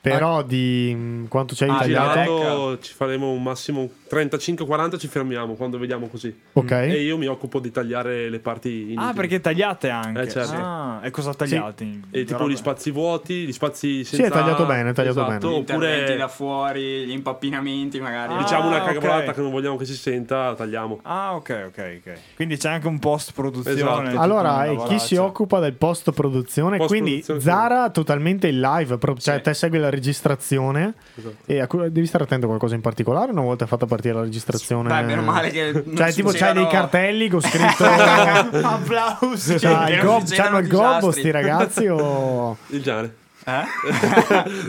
Però di mh, quanto ci hai
Ah,
tagliato?
girato ci faremo un massimo 35-40 ci fermiamo quando vediamo così.
Ok.
E io mi occupo di tagliare le parti inutili.
Ah, perché tagliate anche.
Eh, certo.
Ah, e cosa tagliate?
E tipo gli spazi vuoti, gli spazi senza...
è tagliato bene, è tagliato
Esatto,
bene.
Interventi
Oppure
da fuori, gli impappinamenti magari.
diciamo una cavolata
Ah, ok.
che non vogliamo che si senta, tagliamo.
Ah, ok, ok, ok. Quindi c'è anche un post produzione.
Esatto.
Allora, e chi si occupa del post produzione? Quindi
Post-produzione,
Zara totalmente in live, pro- cioè te segui la registrazione
Esatto.
e a cui- devi stare attento a qualcosa in particolare una volta fatta partire la registrazione.
Beh, meno male che non
Cioè, tipo c'hai
succedano-
dei cartelli
(laughs)
con scritto
Applausi.
Cioè, il
Che non
gob-
succedano
c'hanno il
disastri.
gobbo sti ragazzi o
Il genere. (laughs) Eh?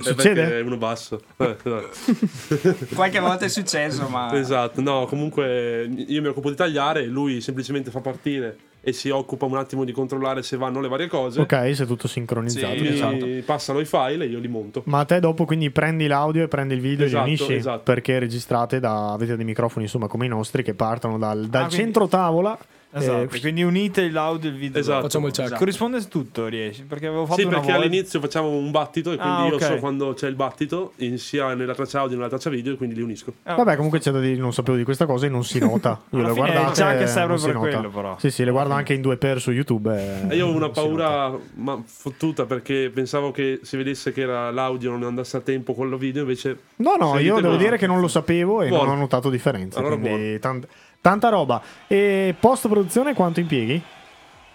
Succede?
perché È uno basso. Eh, esatto.
Qualche volta è successo, ma
Esatto, no, comunque io mi occupo di tagliare, lui semplicemente fa partire e si occupa un attimo di controllare se vanno le varie cose.
Ok, se è tutto sincronizzato,
Sì,
esatto.
mi passano i file e io li monto.
Ma te dopo quindi prendi l'audio e prendi il video
Esatto,
e li unisci
esatto.
perché registrate da avete dei microfoni insomma come i nostri che partono dal, dal
Ah, quindi-
centro tavola
Esatto,
eh,
quindi unite l'audio e il video.
Esatto. Facciamo il check.
Corrisponde tutto, riesci? Perché avevo fatto
Sì,
una
perché
volta-
all'inizio facciamo un battito e quindi
Ah, ok.
io so quando c'è il battito, in- sia nella traccia audio che nella traccia video, e quindi li unisco.
Vabbè, comunque c'è da dire, non sapevo di questa cosa e non si nota. Io
Ah. (laughs) Alla
l'ho
fine
guardata.
c'è anche
e
serve
non si
per
nota.
quello, però.
Sì, sì, le guardo anche in 2x su YouTube. eh.
E Eh, io ho una paura ma fottuta perché pensavo che si vedesse che era l'audio non andasse a tempo con il video, invece...
No, no,
se
io
Cioè, dite
devo
no.
dire che non lo sapevo e
Buono.
non ho notato differenze.
Allora
quindi tant- tanta roba. E post produzione quanto impieghi?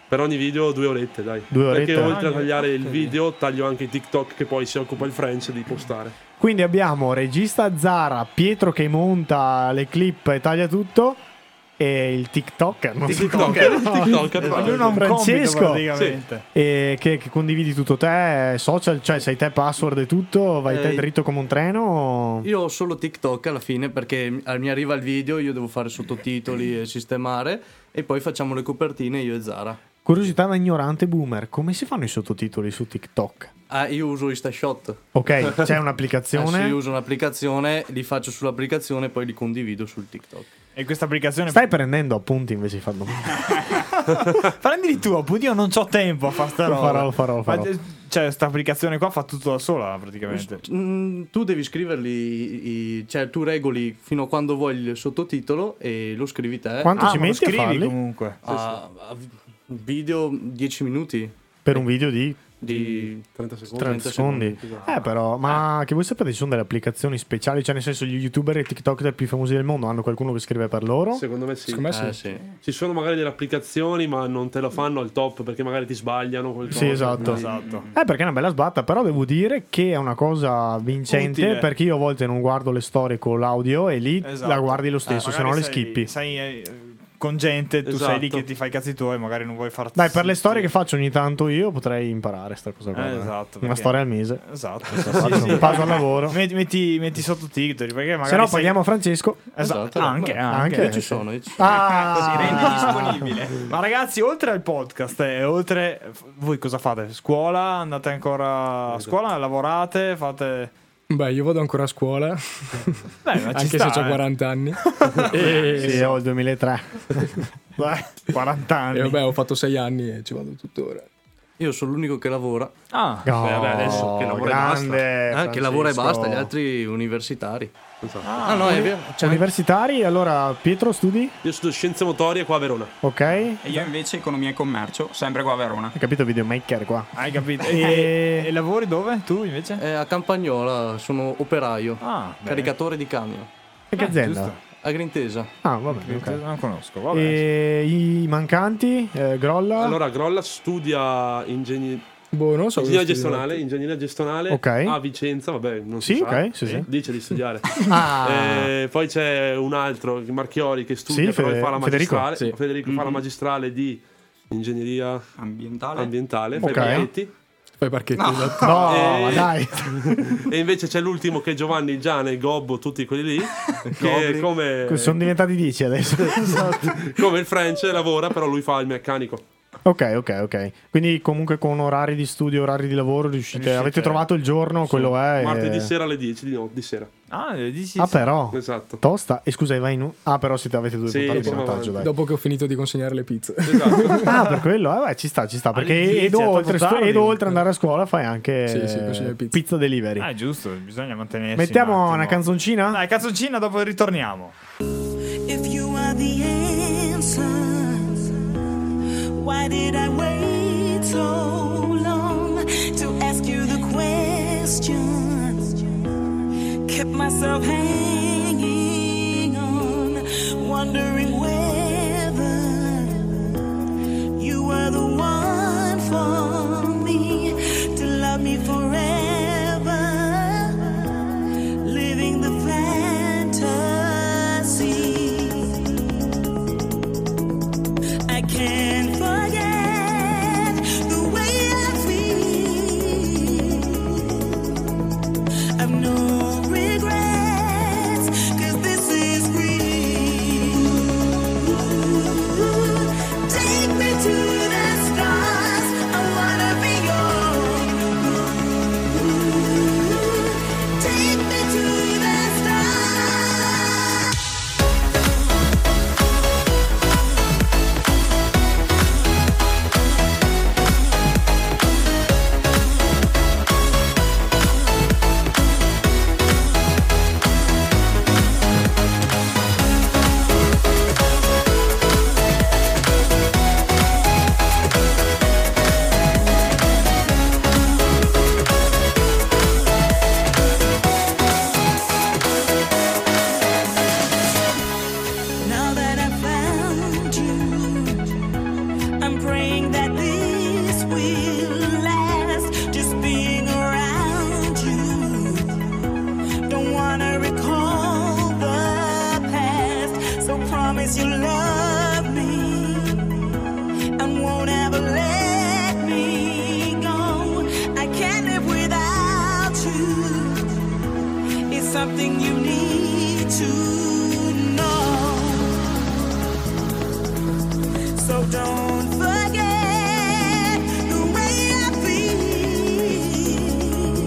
Per ogni video due orette, dai.
Due
Perché
orette?
oltre a tagliare il video, taglio anche i TikTok che poi si occupa il French di postare.
Quindi abbiamo regista Zara, Pietro che monta le clip e taglia tutto. E il TikToker. non so
TikToker,
come-
il TikToker,
No,
lui non ha un compito,
Francesco.
praticamente.
e che, che condividi tutto te, social, cioè sei te password e tutto, vai te
Eh,
dritto come un treno. o-
Io ho solo TikTok alla fine perché mi eh, mi arriva il video, io devo fare sottotitoli e sistemare e poi facciamo le copertine io e Zara.
Curiosità da ignorante boomer, come si fanno i sottotitoli su TikTok?
Ah, io uso InstaShot. (laughs)
Ok, c'è
Eh,
un'applicazione.
sì, io uso un'applicazione, li faccio sull'applicazione e poi li condivido sul TikTok.
E questa applicazione
Stai prendendo appunti invece di fare
(laughs)
domande.
Prendili tu, appunto. Io non ho tempo a fare sta
Lo
roba.
farò, lo farò, lo farò. Cioè,
Ma, eh, Cioè, sta applicazione qua fa tutto da sola, praticamente.
Mm, tu devi scriverli, i- i- cioè tu regoli fino a quando vuoi il sottotitolo e lo scrivi te.
Quanto Ah, ci ma lo metti a scrivi farli?
comunque?
Ah, ah, video 10 minuti
Per un video di
di 30 secondi. Esatto.
30 secondi. Eh, però,
Ah.
ma che voi sapete, ci sono delle applicazioni speciali. Cioè, nel senso, gli youtuber e tiktoker più famosi del mondo hanno qualcuno che scrive per loro.
Secondo me sì.
Secondo me sì. Eh, sì.
Ci sono magari delle applicazioni, ma non te lo fanno al top perché magari ti sbagliano. Qualcosa,
Sì, esatto.
Quindi-
Eh, perché è una bella sbatta, però devo dire che è una cosa vincente
Utile.
perché io a volte non guardo le storie con l'audio e lì
Esatto.
la guardi lo stesso,
Eh,
se no le
magari sei-
skippi.
Sei eh, con gente, tu sei lì
Esatto.
che ti fai i cazzi tuoi, magari non vuoi farti.
Dai, per le storie che faccio ogni tanto io potrei imparare sta cosa qua.
Eh,
eh.
esatto,
Una
perché-
storia al mese.
Esatto,
(laughs) Faccio un passo al lavoro.
Metti, metti, metti sottotitoli perché magari
Se no
sei-
paghiamo Francesco.
Esatto, anche, anche.
Io Ah!
Ma ragazzi, oltre al podcast e oltre f- voi cosa fate? Scuola? Andate ancora a
Esatto.
scuola? Lavorate? Fate Eh,
Beh, io vado ancora a scuola.
ma ci
anche
sta,
se ho
eh.
40 anni.
Sì, ho il 2003. (laughs) Beh, 40 anni.
E vabbè, ho fatto 6 anni e ci vado tuttora.
Io sono l'unico che lavora.
Ah,
Beh, vabbè, adesso che lavora
grande,
e basta. Eh, che lavora e
Francesco.
basta, gli altri universitari. Ah, no, è vero.
Cioè, universitari, allora Pietro studi?
Io studio scienze motorie qua a Verona.
Ok. Hai
E io invece economia e commercio, sempre qua a Verona.
capito videomaker qua.
Hai capito?
Eh,
Eh,
E-
lavori dove? Tu invece?
Eh,
Ah,
a Campagnola, sono operaio,
bene. Eh,
caricatore di camion.
E
Ah,
che azienda?
Agrintesa.
Ah, va bene. ok.
Non conosco.
E i mancanti? Eh, Grolla?
Allora, Grolla studia ingegneria.
Boh, non so.
Ingegneria
cosa studiate.
gestionale, ingegneria gestionale
Ok.
a Vicenza, vabbè, non
Sì,
si sa,
ok, sì,
eh,
sì.
dice di
(laughs)
studiare.
Ah.
Eh, poi c'è un altro, Marchiori, che studia,
Sì,
però
Fede-
fa la
Federico.
magistrale,
Sì. Mm-hmm.
Federico fa la magistrale di ingegneria
ambientale,
fa i
Ok.
progetti.
Fai parchetti. esatto.
No,
Eh.
ma dai.
(laughs) E invece c'è l'ultimo che è Giovanni, Giane, Gobbo, tutti quelli
(laughs)
lì, che
Gobbi.
come,
Sono diventati
(laughs)
10 adesso.
come il French lavora, però lui fa il meccanico.
ok, ok, ok. Quindi comunque con orari di studio, orari di lavoro riuscite...
Riuscite-
Avete trovato il giorno, quello è... e-
Martedì sera alle 10 di, no- di sera.
Ah, dici
Ah però,
Esatto.
tosta. E scusa, vai in... un- Ah però siete, avete due
Sì,
puntate di
siamo
vantaggio, dai.
avanti.
Dopo che ho finito
(laughs)
di consegnare le pizze.
ah, per quello, eh, beh, ci sta, ci sta. Perché
Alle 10,
Edo,
certo,
è troppo
oltre, sto-
tardi.
Edo, oltre ad andare a scuola, fai anche
Sì, sì,
eh,
consegnare
pizza. delivery.
Ah, è giusto, bisogna mantenersi.
Mettiamo
un attimo.
una canzoncina?
Dai, canzoncina, dopo ritorniamo.
If you are the answer, why did I wait so long to ask you the question? Kept myself hanging on, wondering whether you were the one for me to love me forever living the fantasy. I can't forget the way I feel. I've no regrets, 'cause this is real. Take me to the stars. I wanna be yours. Take me to the stars. Now that I found you, I'm praying that this will last. Just being around you, don't wanna recall the past. So promise you love me and won't ever let me go. I can't live without you. It's something you need to know. So don't forget the way I feel.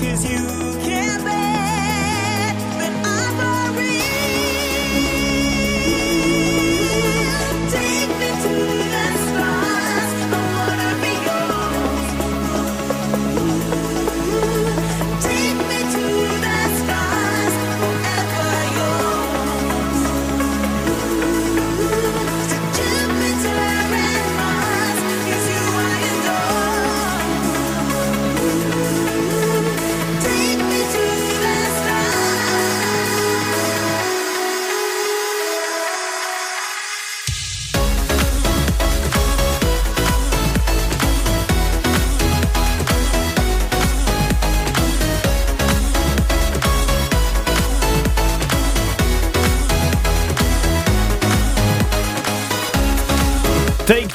Cause you can bet that I'm for real. Take me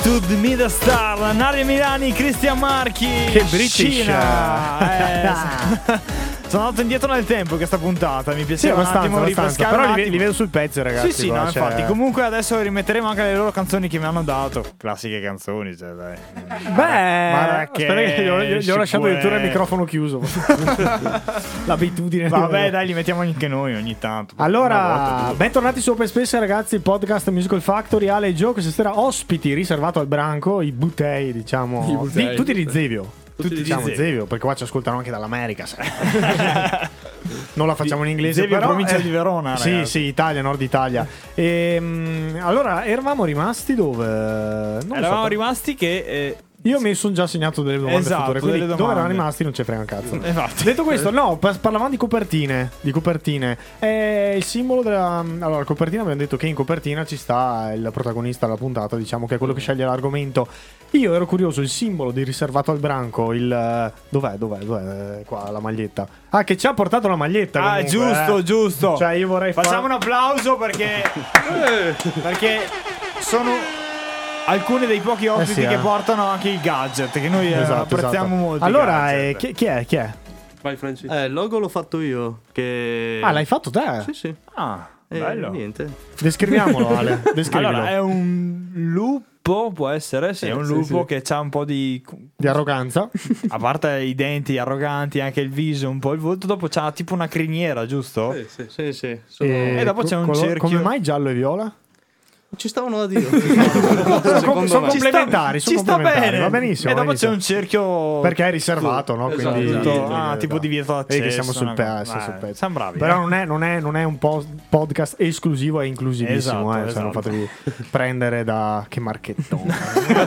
To the Middle Star, Naria Milani, Cristian Marchi.
Che British. (laughs)
Cina. Eh, (laughs) sono andato indietro nel tempo questa puntata, mi
Sì,
piaceva un
abbastanza,
attimo
abbastanza.
ripescare. un
Però li, ve-
attimo.
li vedo sul pezzo, ragazzi.
Sì, sì,
qua,
no,
cioè-
infatti. Comunque adesso rimetteremo anche le loro canzoni che mi hanno dato. Classiche canzoni, cioè, dai.
Beh,
Marrakesh,
spero che gli ho, gli ho lasciato
Shikue.
addirittura il microfono chiuso. L'abitudine.
Vabbè, dai, li mettiamo anche noi ogni tanto. Una volta,
(laughs) Allora,
due.
bentornati su Open Space ragazzi, il podcast Musical Factory, Ale e Joe, questa sera ospiti riservato al branco, i butei diciamo,
I butei.
Di- tutti di Zevio, tutti,
di
diciamo
Zevio.
Zevio. perché qua ci ascoltano anche dall'America, sai. non la facciamo in inglese,
Zevio,
però, eh,
provincia di Verona,
Sì,
ragazzi.
sì, Italia, Nord Italia. Ehm, allora, eravamo rimasti dove? Non lo
Eravamo
so,
rimasti che. eh,
io mi sono già segnato delle domande
Esatto,
future, quindi
delle
dove
domande. Esatto.
erano rimasti non ci frega un cazzo.
Infatti.
Detto questo, no, par- parlavamo di copertine, di copertine. È il simbolo della mm, Allora, copertina abbiamo detto che in copertina ci sta il protagonista della puntata, diciamo che è quello che sceglie l'argomento. Io ero curioso, il simbolo di riservato al branco, il eh, dov'è, dov'è, dov'è Eh, qua la maglietta. Ah, che ci ha portato la maglietta
Ah,
comunque,
giusto,
eh.
giusto.
Cioè, io vorrei fare-
Facciamo un applauso perché. perché sono alcuni dei pochi ospiti
sì,
che
eh.
portano anche i gadget che noi eh,
Esatto,
apprezziamo
esatto.
molto. i
Allora,
gadget.
eh, chi, chi è? Chi è?
Vai, Franci.
Eh, il logo l'ho fatto io. Che...
Ah, l'hai fatto te?
Sì, sì.
Ah,
Eh,
bello.
Niente.
(laughs)
Descriviamolo, Ale. Descrivilo. Eh,
Allora, è un lupo, può essere, sì, è un
sì,
lupo
sì.
che ha un po' di...
Di
(laughs)
arroganza.
A parte i denti arroganti, anche il viso, un po' il volto, dopo c'ha tipo una criniera, giusto? Sì,
sì,
sì. sì.
Eh,
E dopo c'è un
colo-
cerchio.
Come mai giallo e viola?
Ci stavano a dire.
Sono
Secondo me.
complementari, sono
ci sta
complementari,
bene.
va benissimo,
E dopo
benissimo.
c'è un cerchio
Perché è riservato, no?
Esatto,
Quindi
tutto-
Sì,
ah,
sì,
tipo
sì.
di vieto
Vedi che siamo
accesso,
sul,
una
pe-
cosa-
siamo
eh,
sul pezzo.
siamo bravi,
Però
eh.
non, è, non è- non è un po- podcast esclusivo, è inclusivissimo.
Esatto,
eh, cioè, non
esatto.
(laughs)
fatevi prendere da che marchettone.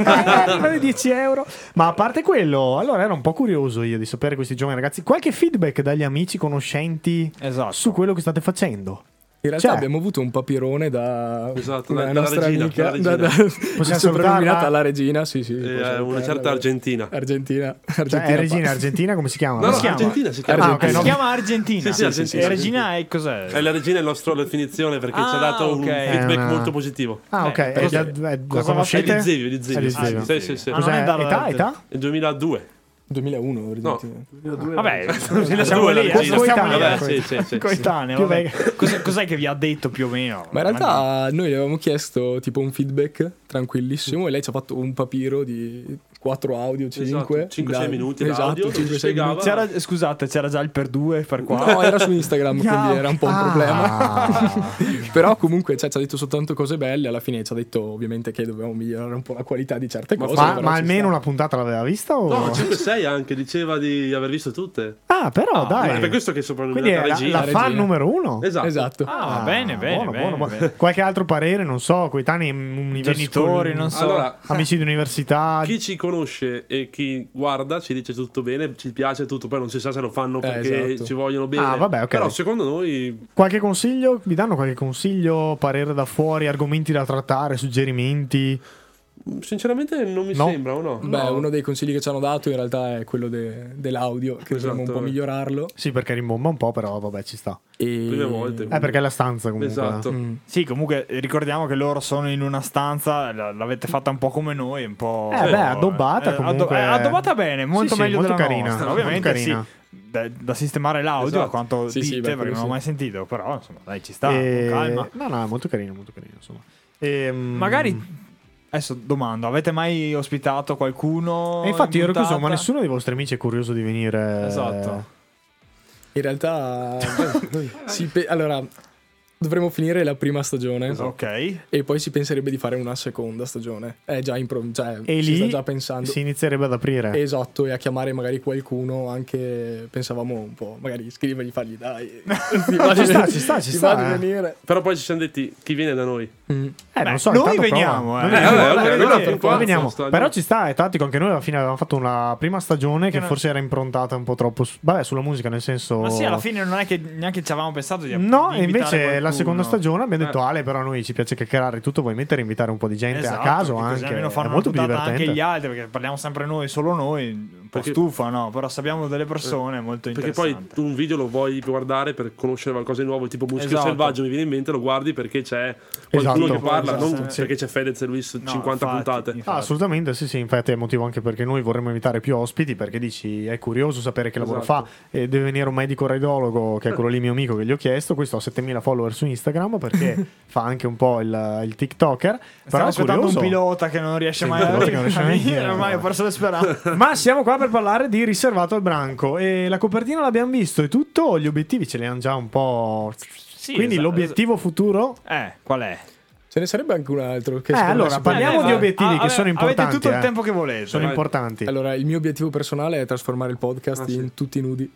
Vale 10 euro. Ma a parte quello, allora ero un po' curioso io di sapere questi giovani ragazzi. Qualche feedback dagli amici conoscenti
Esatto.
su quello che state facendo?
In realtà
Cioè-
abbiamo avuto un papirone da
Esatto,
una
dalla
nostra
regina,
amica,
dalla regina.
da- da- (laughs)
Possiamo
soprannominata
salutarla?
la regina, sì sì.
Eh, una certa argentina.
Argentina.
Cioè,
Argentina
è regina
pazza.
argentina, come si chiama?
No, no,
Come si chiama?
Argentina si chiama.
Ah, ok,
Argentina.
no.
Si chiama Argentina.
Sì,
eh.
sì, Argentina,
E
sì,
Regina è cos'è?
Eh, la regina è il nostro- la definizione perché ci ha
Ah,
dato un
ok.
feedback
Eh, una-
molto positivo.
Ah, ok. Eh,
Cos'è?
la- eh, la
Cosa
conoscete?
fa- È di Zevio, è di
È
Zevio.
di
sì,
Zevio.
sì, sì, sì.
Ah, non è Cos'è? dalla- Età, età?
È 2002.
2001
No.
Vabbè,
Sì,
la
lasciamo lì,
lì,
eh,
siamo
coetaneo.
lì.
Vabbè, sì, sì, sì.
Coetaneo,
Più
vabbè. Cos'è, cos'è che vi ha detto più o meno?
Ma in realtà noi gli avevamo chiesto tipo un feedback tranquillissimo e lei ci ha fatto un papiro di 4 audio, 5.
5-6 Esatto, minuti d'audio
Esatto,
dove ci
5-6
spiegava-
minuti.
C'era- scusate, c'era già il per due, per qua.
No, era su
(laughs)
Instagram,
Ah,
quindi era un po' un
ah.
problema. Però comunque cioè, ci ha detto soltanto cose belle. Alla fine ci ha detto ovviamente che dovevamo migliorare un po' la qualità di certe
Ma,
cose.
ma
però ci
almeno una puntata l'aveva vista? O...
No, 5-6 Cioè, anche, diceva di aver visto tutte.
Ah, però
È
dai.
per questo che è soprannominata
Quindi è la,
regina.
la fan numero uno.
Esatto.
Ah, bene, bene,
buono,
bene,
buono, buono.
bene.
Qualche altro parere, non so, coetanei, universitari,
Genitori, non so.
Allora-
(laughs) amici di università.
Chi ci conosce e chi guarda ci dice tutto bene, ci piace tutto, poi non si sa se lo fanno perché
esatto.
ci vogliono bene.
Ah, vabbè, ok.
Però secondo noi
Qualche consiglio? Vi danno qualche consiglio? Parere da fuori, argomenti da trattare, suggerimenti?
Sinceramente non mi
No.
sembra o no?
Beh, uno dei consigli che ci hanno dato in realtà è quello de- dell'audio, che dobbiamo un po'
Esatto.
migliorarlo.
Sì, perché rimbomba un po', però vabbè, ci sta.
Prime
volte.
Eh, perché è la stanza comunque. Mm.
Sì, comunque ricordiamo che loro sono in una stanza, la- l'avete fatta un po' come noi, un po'...
Eh, beh, addobbata
addo-
comunque.
eh, addobbata bene, molto
Sì, sì,
meglio
molto
della
carina,
nostra,
molto
ovviamente
carina.
sì. Da, da sistemare l'audio
Esatto.
a quanto
Sì, sì,
dite
beh,
perché
quello
non l'ho
sì.
mai sentito però insomma dai ci sta
E-
con calma
Eh, No, no, è molto carino, molto carino, insomma. Ehm,
magari adesso domando avete mai ospitato qualcuno
E infatti
in
io ero chiuso, ma
puntata?
nessuno dei vostri amici è curioso di venire. eh,
Esatto.
In
(laughs)
realtà, si pe- allora dovremmo finire la prima stagione.
Esatto.
Ok.
E poi si penserebbe di fare una seconda stagione. È già in pro- cioè,
E
si sta
lì
già pensando.
si inizierebbe ad aprire.
Esatto, e a chiamare magari qualcuno anche pensavamo un po', magari scrivergli, fargli
(laughs)
dai.
ci sta, ci sta, ci
ti
sta,
faccio
eh.
venire.
Però poi ci siamo detti chi viene da noi.
Eh, non so,
noi
intanto
veniamo, eh.
prova. Noi
Eh, vabbè,
veniamo, vabbè,
allora,
noi
allora,
veniamo.
per forza,
Veniamo.
sta-
Però ci sta, eh, è tattico. Anche noi alla fine avevamo fatto una prima stagione che
no-
forse era improntata un po' troppo. su- vabbè, sulla musica, nel senso.
Eh. ma sì alla fine non è che neanche ci avevamo pensato di
Eh, oh. No,
di
e
invitare
invece la
qualcuno.
seconda stagione abbiamo detto
Eh.
Ale, però a noi ci piace chiacchierare tutto, vuoi mettere e invitare un po' di gente
Esatto,
a caso
che così
anche,
almeno
è
fanno
molto più
una puntata
divertente.
anche gli altri perché parliamo sempre noi solo noi un po' stufa, no? Però sappiamo delle persone molto
Perché
interessanti.
poi un video lo vuoi guardare per conoscere qualcosa di nuovo, tipo Musica
Esatto.
Selvaggio mi viene in mente, lo guardi perché c'è qualcuno
Esatto.
che parla,
Esatto.
non
Sì.
perché c'è Fedez e Luis 50 puntate.
Ah, assolutamente, sì, sì, infatti è motivo anche perché noi vorremmo invitare più ospiti perché dici è curioso sapere che lavoro
Esatto.
fa e deve venire un medico radiologo che è quello lì mio amico che gli ho chiesto, questo ha 7000 follower su
(laughs)
Instagram perché fa anche un po' il, il TikToker,
Stiamo
però è
aspettando
curioso.
un pilota che non riesce
Sì,
mai
un
a
pilota che non riesce mai a
venire,
venire,
ormai ho perso le
(laughs)
speranze.
Ma siamo qua per parlare di riservato al branco e la copertina l'abbiamo visto e tutto, gli obiettivi ce li hanno già un po'... Quindi
esatto,
l'obiettivo futuro...
Eh, qual è?
Ce ne sarebbe anche un altro. Che
Eh,
secondo me
allora,
si può-
parliamo di obiettivi che sono importanti. eh. Sono
Vai.
importanti.
Allora, il mio obiettivo personale è trasformare il podcast in tutti (laughs) nudi.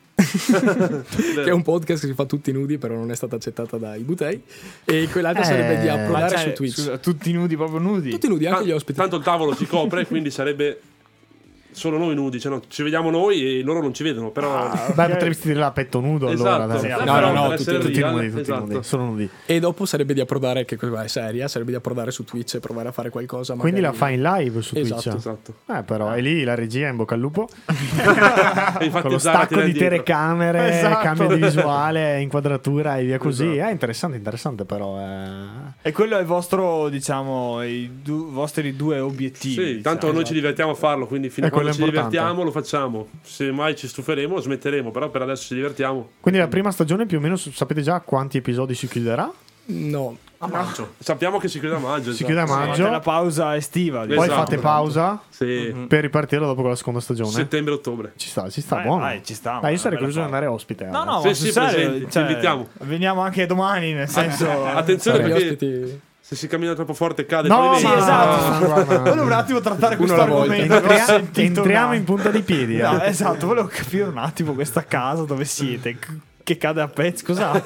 che è un podcast che si fa tutti nudi, però non è stata accettata dai Butei. E quell'altro
Eh,
sarebbe di
Ma
approdare
cioè,
su Twitch.
scusa, tutti nudi, proprio nudi.
Tutti nudi, anche
Ta-
gli ospiti.
Tanto il tavolo si copre, quindi sarebbe solo noi nudi. Cioè, no, ci vediamo noi e loro non ci vedono. Però (laughs)
Beh, potresti dire là petto nudo allora.
Esatto.
dai.
Sì,
No, no, no,
tutti,
tutti-
tutti nudi, tutti
esatto.
nudi, sono nudi.
E dopo sarebbe di approdare, che cosa è seria, sarebbe di approdare su Twitch e provare a fare qualcosa.
Quindi la
magari-
fai in live su
Esatto,
Twitch.
esatto.
Eh, però, e lì la regia è in bocca al lupo.
infatti esatto.
con lo
Zara ti
stacco
dà
di
dietro.
telecamere,
Esatto.
cambio di visuale, inquadratura e via così. È interessante, interessante però. eh.
E quello è il vostro, diciamo, i du- vostri due obiettivi.
Sì, tanto
diciamo.
noi ci divertiamo a farlo, quindi fino
Eh,
a quando ci
quello è importante.
divertiamo lo facciamo. Se mai ci stuferemo lo smetteremo, però per adesso ci divertiamo.
Quindi la prima stagione più o meno s- sapete già quanti episodi si chiuderà?
No.
A maggio. Sappiamo che si chiude a maggio.
Si
esatto.
chiude a maggio.
Fate la pausa estiva. diciamo.
Poi fate pausa
Sì.
Mm.
Mhm.
per ripartire dopo con la seconda stagione.
Settembre-ottobre.
Ci sta, ci sta,
Vai,
buono.
vai, Ah, eh, ci sta,
Dai,
una
io sarei
bella
curioso di
fase.
andare ospite.
No,
allora.
no, ma sul serio, cioè, Veniamo anche domani, nel
(laughs)
senso. eh.
Attenzione
Sarebbe-
perché se si cammina troppo forte cade.
No,
poi
sì,
vedi.
esatto. (laughs) Volevo un attimo trattare questo argomento.
Entria-
l'ho sentito
entriamo
una-
in punta di piedi. eh.
No, esatto, volevo capire un attimo questa casa dove siete. c- Che cade a pezzi, cos'ha?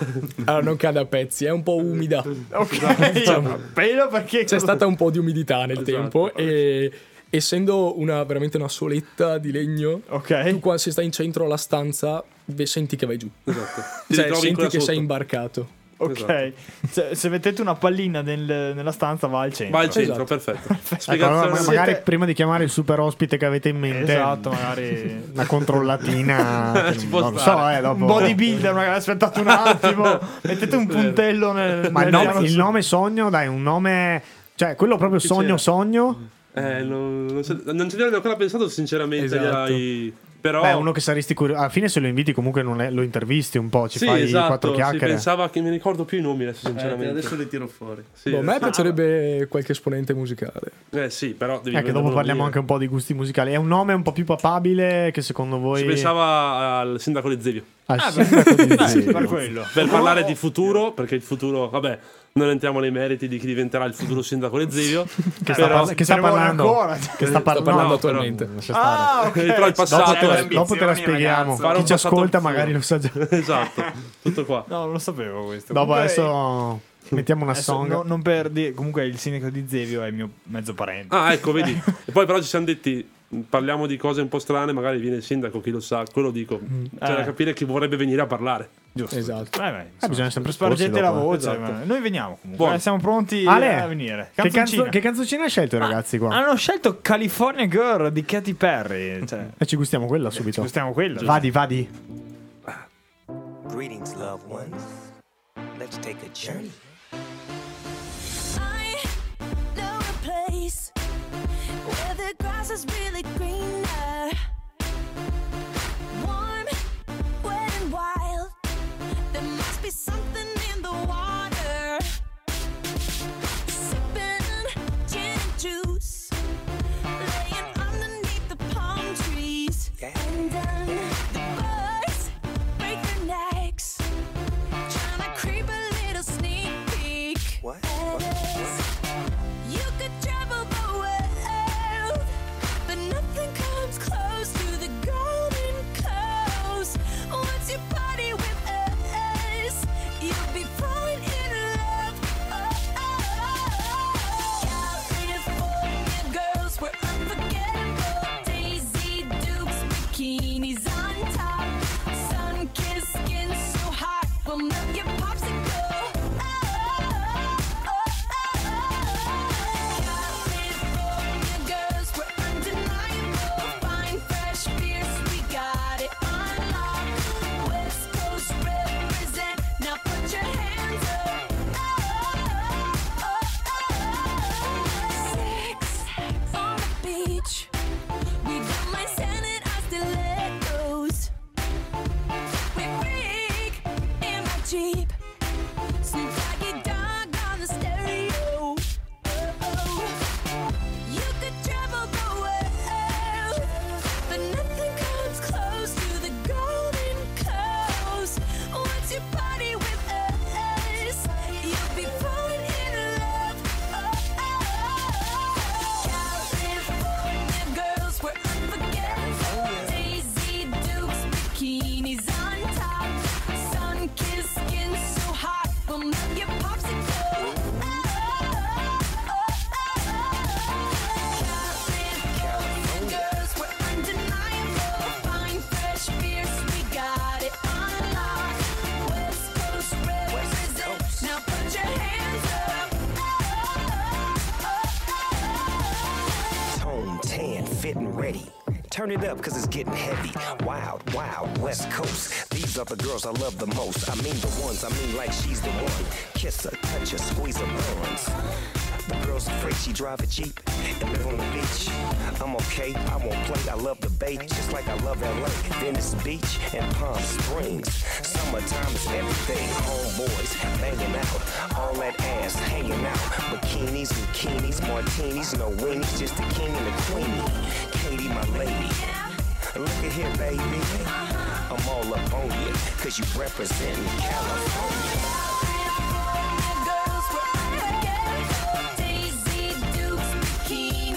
Allora, non cade a pezzi, è un po' umida.
Eh,
(laughs)
Ok,
Diciamo.
appena perché Esatto,
C'è stata un po' di umidità nel tempo e essendo una, veramente una soletta di legno,
ok
tu quando se stai in centro alla stanza ve- senti che vai giù.
Esatto.
Ti
Cioè,
ritrovi in
senti
quella
che sei
sotto. Esatto.
imbarcato.
Ok, se, se mettete una pallina nel- nella stanza va al centro. Esatto.
Va al centro,
(laughs)
perfetto.
Ecco, allora, ma-
Siete-
magari prima di chiamare il super ospite che avete in mente,
Esatto,
(laughs)
magari-
(laughs)
una (laughs) controllatina,
Ci può
non lo so,
stare.
eh, dopo.
Un bodybuilder, magari aspettate un attimo, mettete un puntello nel...
Ma il
nel-
nome, il nome sogno, dai, un nome, cioè quello proprio
Che
sogno,
c'era?
Mm.
sogno.
Eh, non, non, so- non ci avevo ancora pensato sinceramente.
Esatto.
dai. Però...
Beh, uno che saresti curioso. Alla fine, se lo inviti, comunque non è- lo intervisti un po', ci
sì,
fai
esatto.
quattro
Si
chiacchiere.
pensava che mi ricordo più i nomi adesso, sinceramente.
Eh, adesso li tiro fuori.
Sì,
Boh, a me
adesso-
piacerebbe qualche esponente musicale.
Eh sì, però devi
Eh, che dopo
prenderlo
parliamo
via.
anche un po' di gusti musicali. È un nome un po' più papabile che secondo voi.
Si pensava al sindaco di Zevio.
Al Ah, sindaco di
Dai,
Zevio.
per
quello.
Per parlare di futuro, perché il futuro, vabbè, non entriamo nei meriti di chi diventerà il futuro sindaco di Zevio.
(laughs) Che sta,
però-
parla- che sta parlando? Che sta parlando
No, però-
attualmente. Lascia
Ah,
stare.
ok. Però il passato-
Dopo te,
Eh,
dopo te la
ambizioni,
spieghiamo.
ragazzi. Fare
Chi
un
ci
passato
ascolta
al
magari lo sa
(laughs)
già. Eh,
Esatto, tutto qua.
No, non lo sapevo questo.
Dopo
Comunque- (laughs)
adesso mettiamo una
adesso
song.
no- non perdi, comunque il sindaco di Zevio è mio mezzo parente.
Ah, ecco, vedi. E poi però ci siamo detti, mh, parliamo di cose un po' strane, magari viene il sindaco, chi lo sa, quello dico.
Mm.
C'è da
Eh.
capire chi vorrebbe venire a parlare.
Giusto.
Esatto.
Eh, beh,
Eh, bisogna sempre
Spargete
esporsi
la
dopo, eh.
voce.
Esatto.
ma- Noi veniamo comunque.
Buono.
eh, siamo pronti
Ale,
a venire.
Che,
Canzoncina. Ah,
canzo- che canzoncina hai scelto, i ragazzi? Qua?
Hanno scelto California Girl di Katy Perry.
(laughs)
Cioè,
E ci gustiamo quella subito. Ci
gustiamo quella.
Vadi, vadi.
Greetings, loved ones. Let's take a journey.
I know a place where the grass is really greener. Warm, wet, and wild. There must be something in the water. Sipping gin and juice. Laying underneath the palm trees. And um, the birds break their necks. Trying to creep a little sneak peek.
What?
You could travel the world, but nothing comes close to the golden coast. Once you party with us, cheap. Seems like a dog on the stereo. Oh, Oh-oh. You could travel the world, but nothing comes close to the golden coast. Once you party with us, you'll be falling in love. Oh-oh. California girls were unforgettable. Daisy Dukes bikinis on top. Sun-kissed skin so hot, we'll melt your popsicle.
Tone tan, fit and ready. Turn it up, cause it's getting heavy. Wild, wild, West Coast. These are the girls I love the most. I mean the ones, I mean like she's the one. Kiss her, touch her, squeeze her buns. The girl's afraid she drive a Jeep and live on the beach. I'm okay, I won't play. I love the bay, just like I love LA. Venice Beach and Palm Springs. Summertime is everything. Homeboys banging out, all that ass hanging out. Bikinis, bikinis, martinis, no weenies, just the king and the queenie. Katie, my lady. Look at here, baby. I'm all up on you, cause you represent California.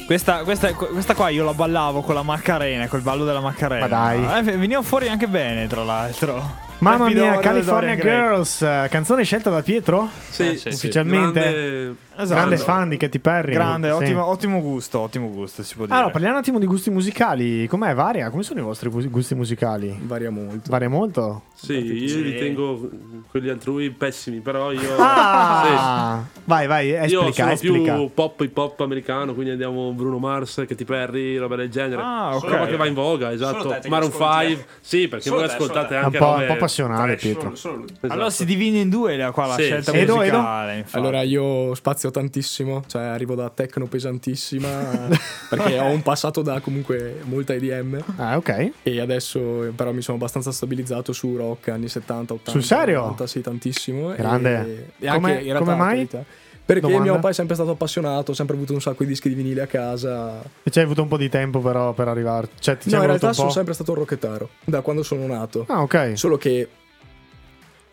Questa, questa, questa qua io la ballavo con la Macarena, col ballo della Macarena. Ma
dai.
veniva fuori anche bene, tra l'altro.
Mamma
Rapido,
mia,
Rapido,
California
Dorian Gray.
Girls, eh, canzone scelta da Pietro?
Sì, sì,
ufficialmente.
sì.
Grande,
Esatto.
fan di Katy Perry.
Grande,
Sì.
ottimo, ottimo gusto, ottimo gusto, si può dire.
Allora, parliamo un attimo di gusti musicali. Com'è? Varia? Come sono i vostri gu- gusti musicali? Varia molto. Varia molto?
Sì, io ritengo quelli altrui pessimi, però io...
Ah!
Sì.
Vai, vai,
Io
esplica,
sono
esplica.
più pop hip hop americano, quindi andiamo Bruno Mars, Katy Perry, roba del genere.
Ah, ok.
Roba che va in voga,
Solo te
esatto.
che
Maroon
ascolti, eh?
5. Sì, perché
Solo
voi
te, solo
ascoltate
te.
anche
Un po'- un
robe
po' passionale,
trash,
Pietro.
Allora si divide in due la, qua la
Esatto. Sì,
scelta
sì. Edo, Edo?
musicale. infatti.
Allora io spazio tantissimo, cioè arrivo da tecno
(laughs)
pesantissima perché ho un passato da comunque molta EDM.
Ah, ok.
E adesso eh, però mi sono abbastanza stabilizzato su rock anni 70, 80.
Sul serio?
90, sì, tantissimo.
Grande.
E, e anche
Come-
in realtà,
come mai?
in verità, Perché
Domanda?
mio papà è sempre stato appassionato, ho sempre avuto un sacco di dischi di vinile a casa.
E ci hai avuto un po' di tempo però per arrivare. Cioè, ti ci
no,
è
in
voluto
realtà
un
sono
po'?
sempre stato un rockettaro, da quando sono nato.
Ah, ok.
Solo che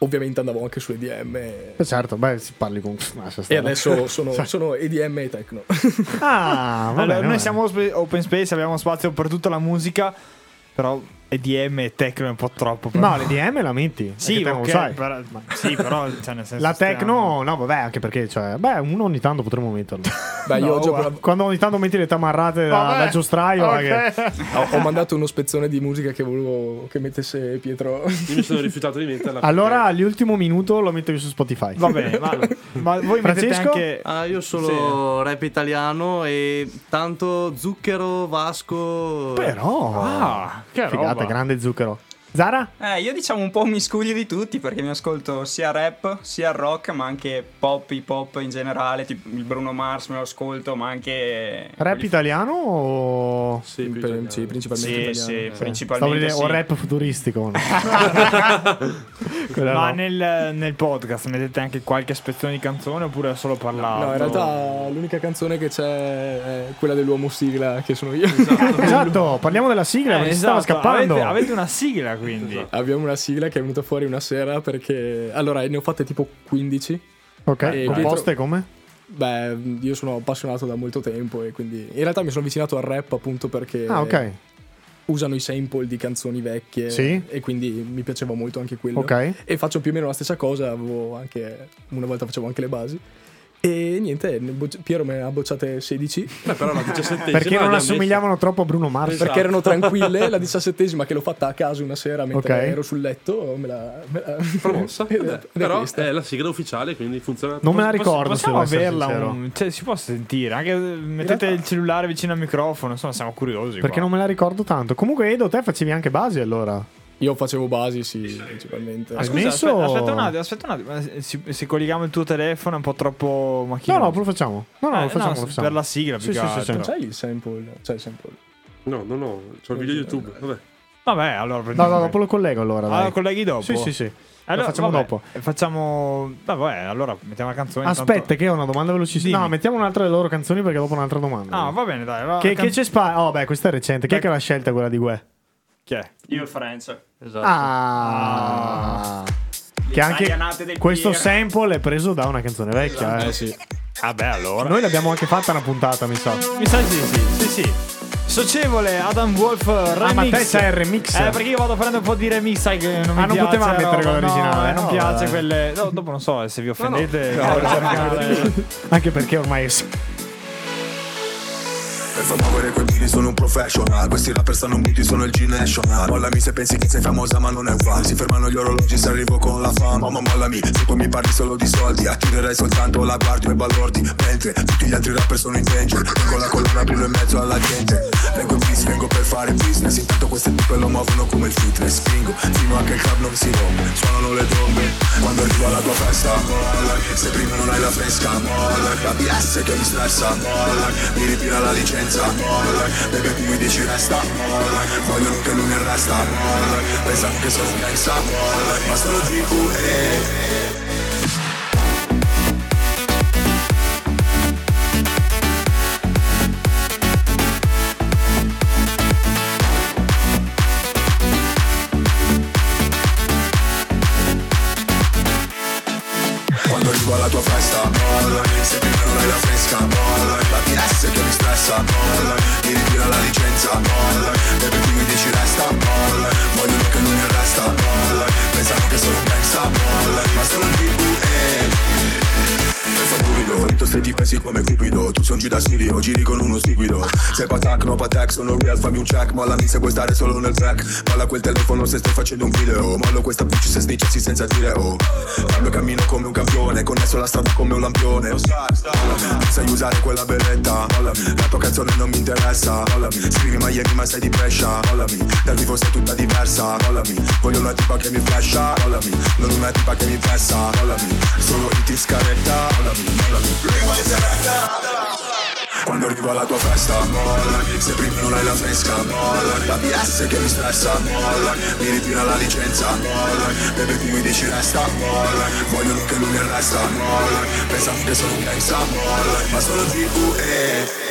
ovviamente andavo anche su EDM e,
Eh, certo, beh, si parli con... (laughs) Ah, Lascia
e
stare.
adesso sono,
Sì.
sono EDM e
(laughs)
techno.
Ah, va
Allora,
bene,
noi
va
siamo spe- open space, abbiamo spazio per tutta la musica, però EDM e techno è un po' troppo. per
No,
noi.
l'EDM la metti.
Sì,
perché te non lo
ok,
sai.
però- ma- sì, però cioè, nel senso
La
stiamo-
techno, no, vabbè, anche perché, cioè, beh, uno ogni tanto potremmo metterlo.
Beh, io
No,
oggi ho
guarda,
provato-
Quando ogni tanto metti le tamarrate da,
Vabbè,
da giostraio,
ok.
raga.
ho, ho mandato uno spezzone di musica che volevo che mettesse Pietro.
Io mi sono rifiutato di metterla.
Allora, l'ultimo minuto lo metto io su Spotify.
Va bene, ma, ma voi mettete
Francesco?
anche...
Ah, io solo rap italiano e tanto zucchero, vasco.
(laughs) Però,
Ah, che
figata,
roba.
grande zucchero. Zara?
Eh, io diciamo un po' un miscuglio di tutti perché mi ascolto sia rap, sia rock, ma anche pop, hip hop in generale, tipo il Bruno Mars me lo ascolto, ma anche...
Rap italiano o...
Sì,
principalmente Sì,
Eh.
italiano. sì, principalmente
Stavo per dire,
sì.
O rap
(laughs)
futuristico. no?
Eh,
Quella
Ma
no.
nel, nel podcast mettete anche qualche spezzone di canzone oppure solo parlato?
(laughs) No, in realtà l'unica canzone che c'è è quella dell'uomo sigla che sono io. (laughs)
Esatto, parliamo della sigla, perché
Eh,
si stava
esatto,
scappando.
Avete, avete una sigla quindi.
Esatto. Abbiamo una sigla che è venuta fuori una sera perché... Allora, ne ho fatte tipo 15.
Ok,
E Eh, Pietro-
composte come?
Beh, io sono appassionato da molto tempo e quindi... In realtà mi sono avvicinato al rap appunto perché...
Eh,
Ah, ok.
Usano i sample di canzoni vecchie
Sì.
e quindi mi piaceva molto anche quello.
Ok.
E faccio più o meno la stessa cosa, avevo anche, una volta facevo anche le basi. E niente, ne bocci- Piero me ne ha bocciate 16.
Beh, però la 17esima
Perché non assomigliavano troppo a Bruno Mars.
Esatto.
Perché erano
Esatto.
tranquille,
(laughs)
(laughs)
la diciassettesima che l'ho fatta a caso una sera mentre
Ok.
ero sul letto, me la... (laughs) Me la
Promossa.
ed è-
Vabbè,
ed è
Però
questa.
è la sigla ufficiale, quindi funziona.
Non me la ricordo, se
Possiamo
devo essere
averla,
sincero.
un- cioè, si può sentire. Anche eh, mettete il cellulare vicino al microfono, insomma, siamo curiosi.
Perché
qua.
non me la ricordo tanto. Comunque, Edo, te facevi anche basi allora.
Io facevo basi, sì, principalmente.
Ma scusa, aspe- aspetta, un attimo, aspetta un attimo. ma Se, se colleghiamo il tuo telefono è un po' troppo macchinoso.
No, no, lo facciamo. No, no,
Eh,
lo facciamo,
no,
lo facciamo.
Per la sigla, più che
Sì, sì, sì,
altro.
sì.
C'hai il sample? C'hai il sample?
No, no, no. C'ho il video YouTube. Vabbè.
Vabbè, allora
No,
prendiamo
no,
questo.
dopo lo collego allora.
Ah,
dai.
lo colleghi dopo?
Sì, sì, sì.
Allora,
facciamo
vabbè,
dopo.
Eh, Facciamo. Vabbè, allora mettiamo la canzone.
Aspetta,
intanto-
che ho una domanda velocissima.
Dimmi.
No, mettiamo un'altra delle loro canzoni perché dopo un'altra domanda.
Ah, va bene, dai. va-
che,
can-
che c'è spazio? Oh, beh, questa è recente. Chi è
Beh-
che l'ha scelta quella di Gue?
Chi è?
Io e French. Esatto.
Ah, che
italianate del
anche questo
Pier.
sample è preso da una canzone vecchia.
Esatto.
eh.
Eh sì. Vabbè, allora.
Noi l'abbiamo anche fatta una puntata, mi sa.
Mi sa sì, sì, sì, sì. Socievole Adam Wolf remix.
ma te c'hai il remix?
Eh, perché io vado a prendere un po' di remix, sai che non mi
Ah, non
piace.
potevamo mettere
roba,
quello
no,
originale,
eh, non
no,
piace
eh.
quelle. No, dopo non so eh, cioè, se vi offendete. (laughs) Eh,
No, no.
cercare-
Anche perché ormai
Per favore quei beat sono un professional Questi rapper stanno muti, sono il G-National Mollami se pensi che sei famosa ma non è un fan Si fermano gli orologi se arrivo con la fama Ma mollami, se poi mi parli solo di soldi Attirerai soltanto la guardia e balordi Mentre tutti gli altri rapper sono in danger Tengo la collana blu in mezzo alla gente Vengo in bis, vengo per fare business Intanto queste tipe lo muovono come il fitness Spingo fino a che il club non si rompe Suonano le trombe Quando arrivo alla tua festa Mollami, se prima non hai la fresca Mollami, la BS che mi stressa Mollami, mi ritira la licenza Mollami, bebe tu mi dici resta Mollami, vogliono che lui mi arresta Mollami, pensano che sono un gangsta Mollami, ma sono GQE Quando arrivo alla tua festa Mollami, se prima non hai la fresca Mollami, la BS che mi stressa Mollami, mi ritira la licenza Mollami, bebe tu mi dici resta Mollami, vogliono che lui mi arresta Mollami, pensano che sono un gangsta Mollami, ma sono un DVE senza cupido Dritto se ti pensi come cupido Tu son G da studio, giri con uno seguido Sei patac, no patac, sono real, fammi un check Mollami se vuoi stare solo nel track Molla quel telefono se sto facendo un video Mollo questa bitch se snicciassi senza dire oh Cambio cammino come un campione Connesso alla strada come un lampione Non sai usare quella beretta Mollami, la tua canzone non mi interessa Mollami, scrivi Miami ma sei di Brescia Mollami, dal vivo sei tutta diversa Mollami, voglio una tipa che mi flasha Mollami, non una tipa che mi pressa Mollami, solo i ti scaretta Mollami, mollami, prima di quando arrivo alla tua festa, mollami Se prima non hai la fresca, mollami La BS che mi stressa, mollami Mi ritira la licenza, mollami Bebe tu mi dici resta, mollami Vogliono che lui mi arresta, mollami Pensavo che sono un gangsta, mollami Ma sono GQE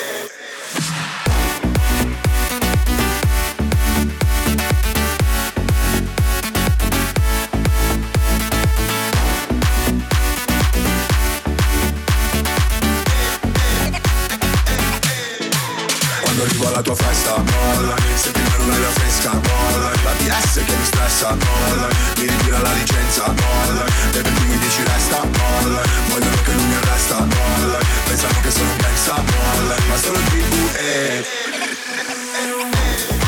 Quando arrivo alla tua festa, mollami Se prima non hai la fresca, mollami La BS che mi stressa, mollami Mi ritira la licenza, mollami Bebe tu mi dici resta, mollami Vogliono che lui mi arresta, mollami Pensavo che sono un gangsta, mollami Ma sono GQE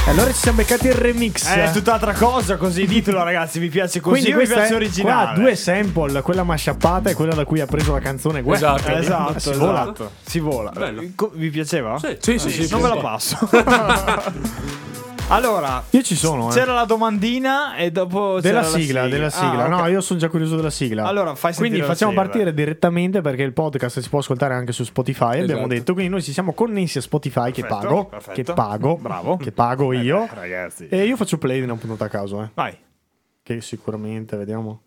E allora ci siamo beccati il remix.
Eh, È tutt'altra cosa così, ditelo ragazzi, vi piace così o vi
questa
piace
è-
originale?
Qua due sample, quella masciappata e quella da cui ha preso la canzone Gue.
Esatto,
Eh,
esatto,
Si vola.
esatto. Si vola.
Bello.
Co- Vi piaceva? Ah,
Sì. Sì, sì, sì,
Non
sì.
ve la passo. (laughs) allora,
Io ci sono, eh.
c'era la domandina e dopo
Della
c'era la
sigla, della sigla.
Ah,
No,
ok.
io sono già curioso della sigla.
Allora, fai sentire
Quindi
la
facciamo
sigla.
partire direttamente perché il podcast si può ascoltare anche su Spotify. Abbiamo
Esatto.
detto. Quindi noi ci siamo connessi a Spotify che
Perfetto,
pago.
perfetto.
Che pago.
Bravo.
Che pago io.
Eh, ragazzi.
E io faccio play di una puntata a caso, eh.
Vai.
Che sicuramente, vediamo.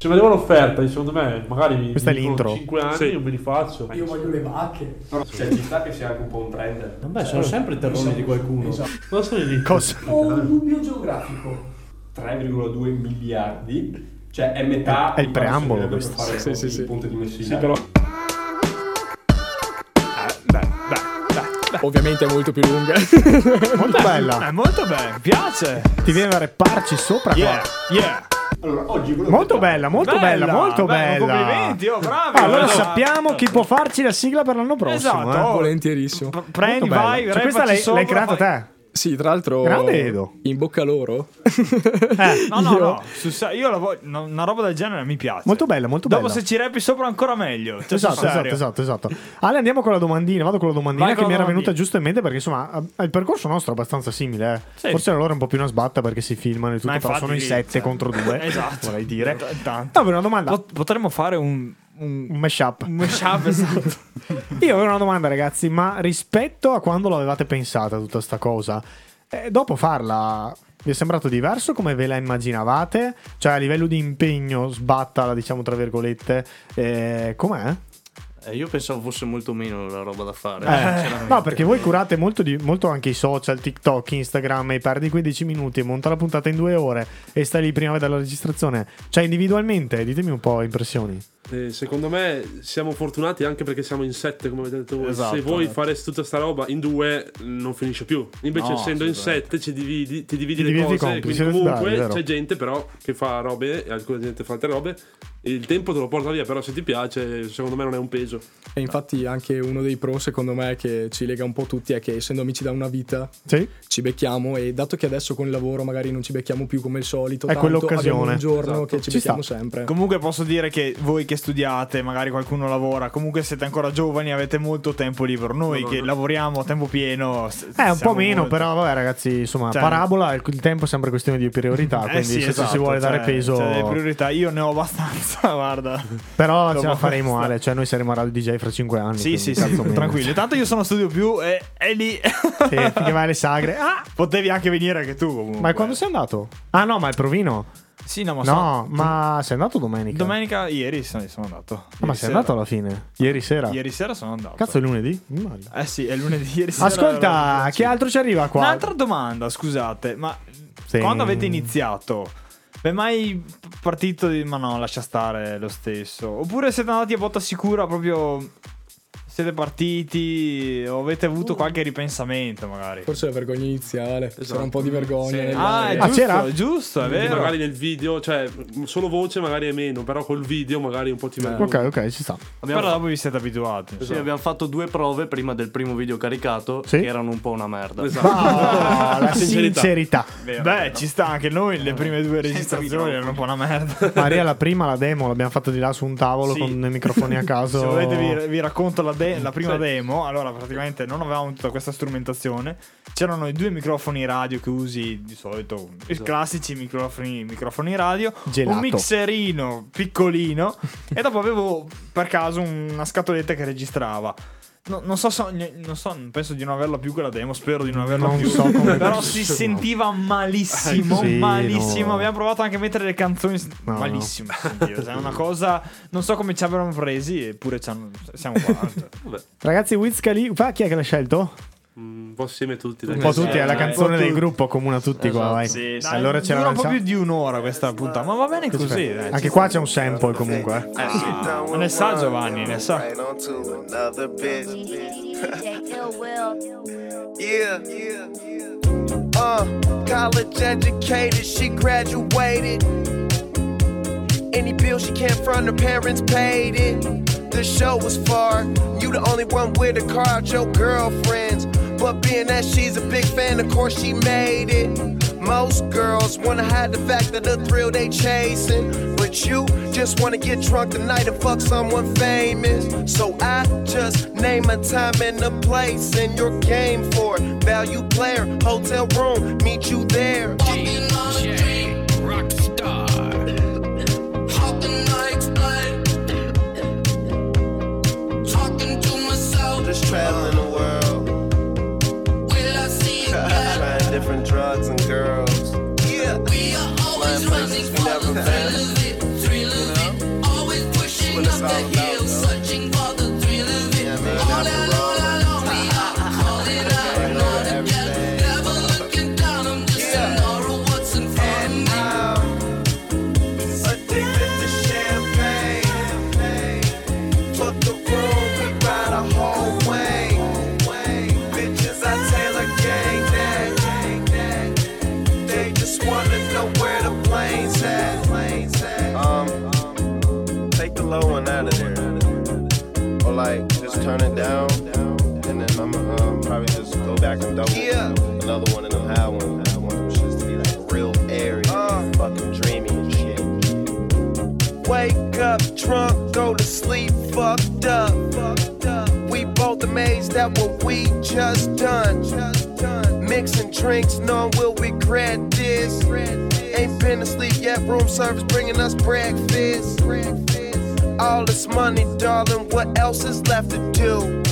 Se Cioè, vedevo l'offerta, secondo me, magari mi
Questa è
dicono
l'intro.
5 anni,
Sì.
io me li faccio.
Io voglio le vacche.
Cioè,
ci sta che sia anche un po' un trend.
Vabbè, sono sempre i terroni di qualcuno.
Esatto.
Non sono lì.
Cosa?
Ho un dubbio geografico. 3,2 miliardi. Cioè è metà
È il
di quanto
preambolo
servirebbe per
questo.
fare
Sì,
il,
sì,
il
sì.
ponte di Messina.
Sì, però-
Eh,
Ovviamente è molto più lunga.
(laughs) Eh, molto bella.
È molto bella, mi piace.
Ti viene da repparci sopra
Yeah,
qua.
yeah.
Molto bella, molto bella,
Bella,
molto
bella,
bella.
complimenti, oh, bravi,
Ah, allora
bravo.
sappiamo chi può farci la sigla per l'anno prossimo.
Esatto,
eh.
oh,
Volentierissimo.
(laughs) prendi, Molto bella. vai, Cioè, questa repaci l'hai- sopra, l'hai creata fai-
te?
Sì, tra l'altro.
Grande Edo.
In bocca loro.
eh,
No, no,
Io-
no. su- sa- io la voglio- no, una roba del genere mi piace.
Molto bella, molto
dopo
bella.
se ci rappi sopra ancora meglio. Cioè,
esatto,
sul
esatto,
serio.
esatto, esatto. Ale, andiamo con la domandina. Vado con la domandina
Vai
che
con
mi
la
era
domandina.
venuta giusto in mente perché, insomma, a- a- il percorso nostro è abbastanza simile. eh.
Sì.
Forse loro è un po' più una sbatta perché si filmano e tutto,
Ma
però
infatti
sono in
lì, (laughs)
7
cioè,
contro 2.
esatto.
Vorrei dire.
T- tanto.
Vabbè, una domanda.
potremmo fare un, un,
mashup.
Un mashup, esatto.
(laughs) Io avevo una domanda, ragazzi, ma rispetto a quando l'avevate pensata tutta sta cosa, eh, dopo farla Vi è sembrato diverso come ve la immaginavate? Cioè, a livello di impegno, sbattala, diciamo tra virgolette, eh, com'è?
Eh, io pensavo fosse molto meno la roba da fare.
Eh,
sinceramente.
no, perché voi curate molto, di- molto anche i social, TikTok, Instagram, e perdi 15 minuti e monta la puntata in due ore e stai lì prima della registrazione. Cioè, individualmente, ditemi un po' impressioni.
Eh, secondo me siamo fortunati anche perché siamo in sette, come avete detto voi.
Esatto,
Se voi
esatto.
fareste tutta sta roba in due, non finisce più. Invece,
No,
essendo in
assolutamente.
sette, ci dividi, ti dividi
Ti
le
dividi
cose.
i compiti,
quindi,
siete
comunque,
bravi, vero.
c'è gente però che fa robe, e alcuna gente fa altre robe. Il tempo te lo porta via, però se ti piace, secondo me non è un peso.
E infatti anche uno dei pro secondo me che ci lega un po' tutti è che essendo amici da una vita
Sì.
ci becchiamo e dato che adesso con il lavoro magari non ci becchiamo più come il solito,
È
tanto,
quell'occasione.
abbiamo un giorno
Esatto.
che ci,
Ci sta.
becchiamo sempre.
Comunque posso dire che voi che studiate, magari qualcuno lavora, comunque siete ancora giovani, avete molto tempo libero. Noi
No, no,
che
no.
lavoriamo a tempo pieno... s-
Eh, un po'
siamo
meno,
molto-
però vabbè, ragazzi, insomma,
Cioè-
parabola, il, il tempo è sempre questione di priorità,
Eh
quindi
sì,
se
esatto,
ci si vuole dare
cioè-
peso...
cioè, le priorità, io ne ho abbastanza, (laughs) guarda.
Però
No,
ce la
basta.
faremo Ale, cioè noi saremo a Radio DJ fra 5 anni.
Sì,
quindi
sì,
cazzo
sì,
meno.
tranquillo. Tanto io sono a studio più e è lì.
Sì, finché vai alle sagre. Ah!
(laughs) Potevi anche venire anche tu comunque.
Ma quando sei andato? Ah no, ma è Provino.
Sì, no, ma
No,
sono-
ma sei andato domenica.
Domenica, ieri sono, sono andato. Ieri
Ah, ma sei
sera.
andato alla fine? Ieri sera?
Ieri sera sono andato.
Cazzo, è lunedì? Immagino.
Eh sì, è lunedì ieri sera.
Ascolta, che altro ci
(laughs)
arriva qua?
Un'altra domanda, scusate, ma
Sì.
quando avete iniziato? Vi è mai partito di ma no, lascia stare lo stesso? Oppure siete andati a botta sicura proprio siete partiti o avete
Uh.
avuto qualche ripensamento magari?
Forse la vergogna iniziale, c'era un po' di vergogna.
Sì.
nell'aria.
Esatto. Ah, c'era? Giusto, è
Quindi
vero.
Magari nel video, cioè, solo voce magari è meno, però col video magari un po' ti vengono.
Ok, ok, ci sta.
Abbiamo-
Però dopo vi siete abituati.
Sì, abbiamo fatto due prove prima del primo video caricato che erano un po' una merda.
Esatto.
Ah, (laughs) la sincerità.
Beh, ci sta anche noi, le prime due registrazioni erano un po' una merda.
Maria, la prima, la demo, l'abbiamo fatta di là su un tavolo
Sì.
con i
(laughs)
microfoni a caso.
Se volete vi, vi racconto la, de- la prima
Sì.
demo, allora praticamente non avevamo tutta questa strumentazione, c'erano i due microfoni radio che usi di solito, i classici microfoni, microfoni radio,
Gelato.
un mixerino
(laughs)
piccolino e dopo avevo per caso una scatoletta che registrava. No- non so, so- non so, penso di non averla più quella demo, spero di non averla
Non
più.
so come-
Però si sentiva malissimo,
Eh, sì,
malissimo.
no.
Abbiamo provato anche a mettere le canzoni
No, no.
malissimo. Dio, cioè, è una cosa. Non so come ci avevano presi, eppure ci hanno- siamo
(laughs)
qua.
Cioè, Ragazzi, Wiz Khalifa, chi è che l'ha scelto?
Un po' assieme tutti. Eh,
Un po' tutti, è la canzone del gruppo comune a tutti qua,
Esatto.
vai.
Sì, sì.
Allora
Dai,
c'era
dura
un
un po'
sa-
più di un'ora questa puntata, ma va bene così. dai.
Anche qua c'è un sample comunque. eh.
Non ne sa Giovanni, ne sa.
Right on to another bitch. yeah. Uh, college educated, she graduated. Any bill she can front, her parents paid it. The show was far. You the only one with a car out your girlfriends. But being that she's a big fan, of course she made it. Most girls wanna hide the fact of the thrill they chasing. But you just wanna get drunk tonight and fuck someone famous. So I just name a time and a place and your game for it. Value player, hotel room, meet you there. Just traveling the world.
Will I see
(laughs)
it back?
Trying different drugs and girls. Yeah.
We are always running for the thrill of it, thrill of it. Always pushing up the hill, searching for the thrill of it. All alone, alone, we are calling out, not again. Never looking down, I'm just an oral what's in front of me.
Addicted to champagne. Took the room, we ride a whole way. Bitches, I tailor gang that. They just wanna know where the plane's at. Um, take the low one out of there. Or like, just turn it down. And then I'm um, probably just go back and double another one of them high ones. I want them shits to be like real airy,
Uh.
fucking dreamy and shit.
Wake up drunk, go to sleep, fucked up.
We both amazed at what we just done. Mixing drinks, none will regret this. Ain't been asleep yet, room service bringing us breakfast. All this money, darling, what else is left to do?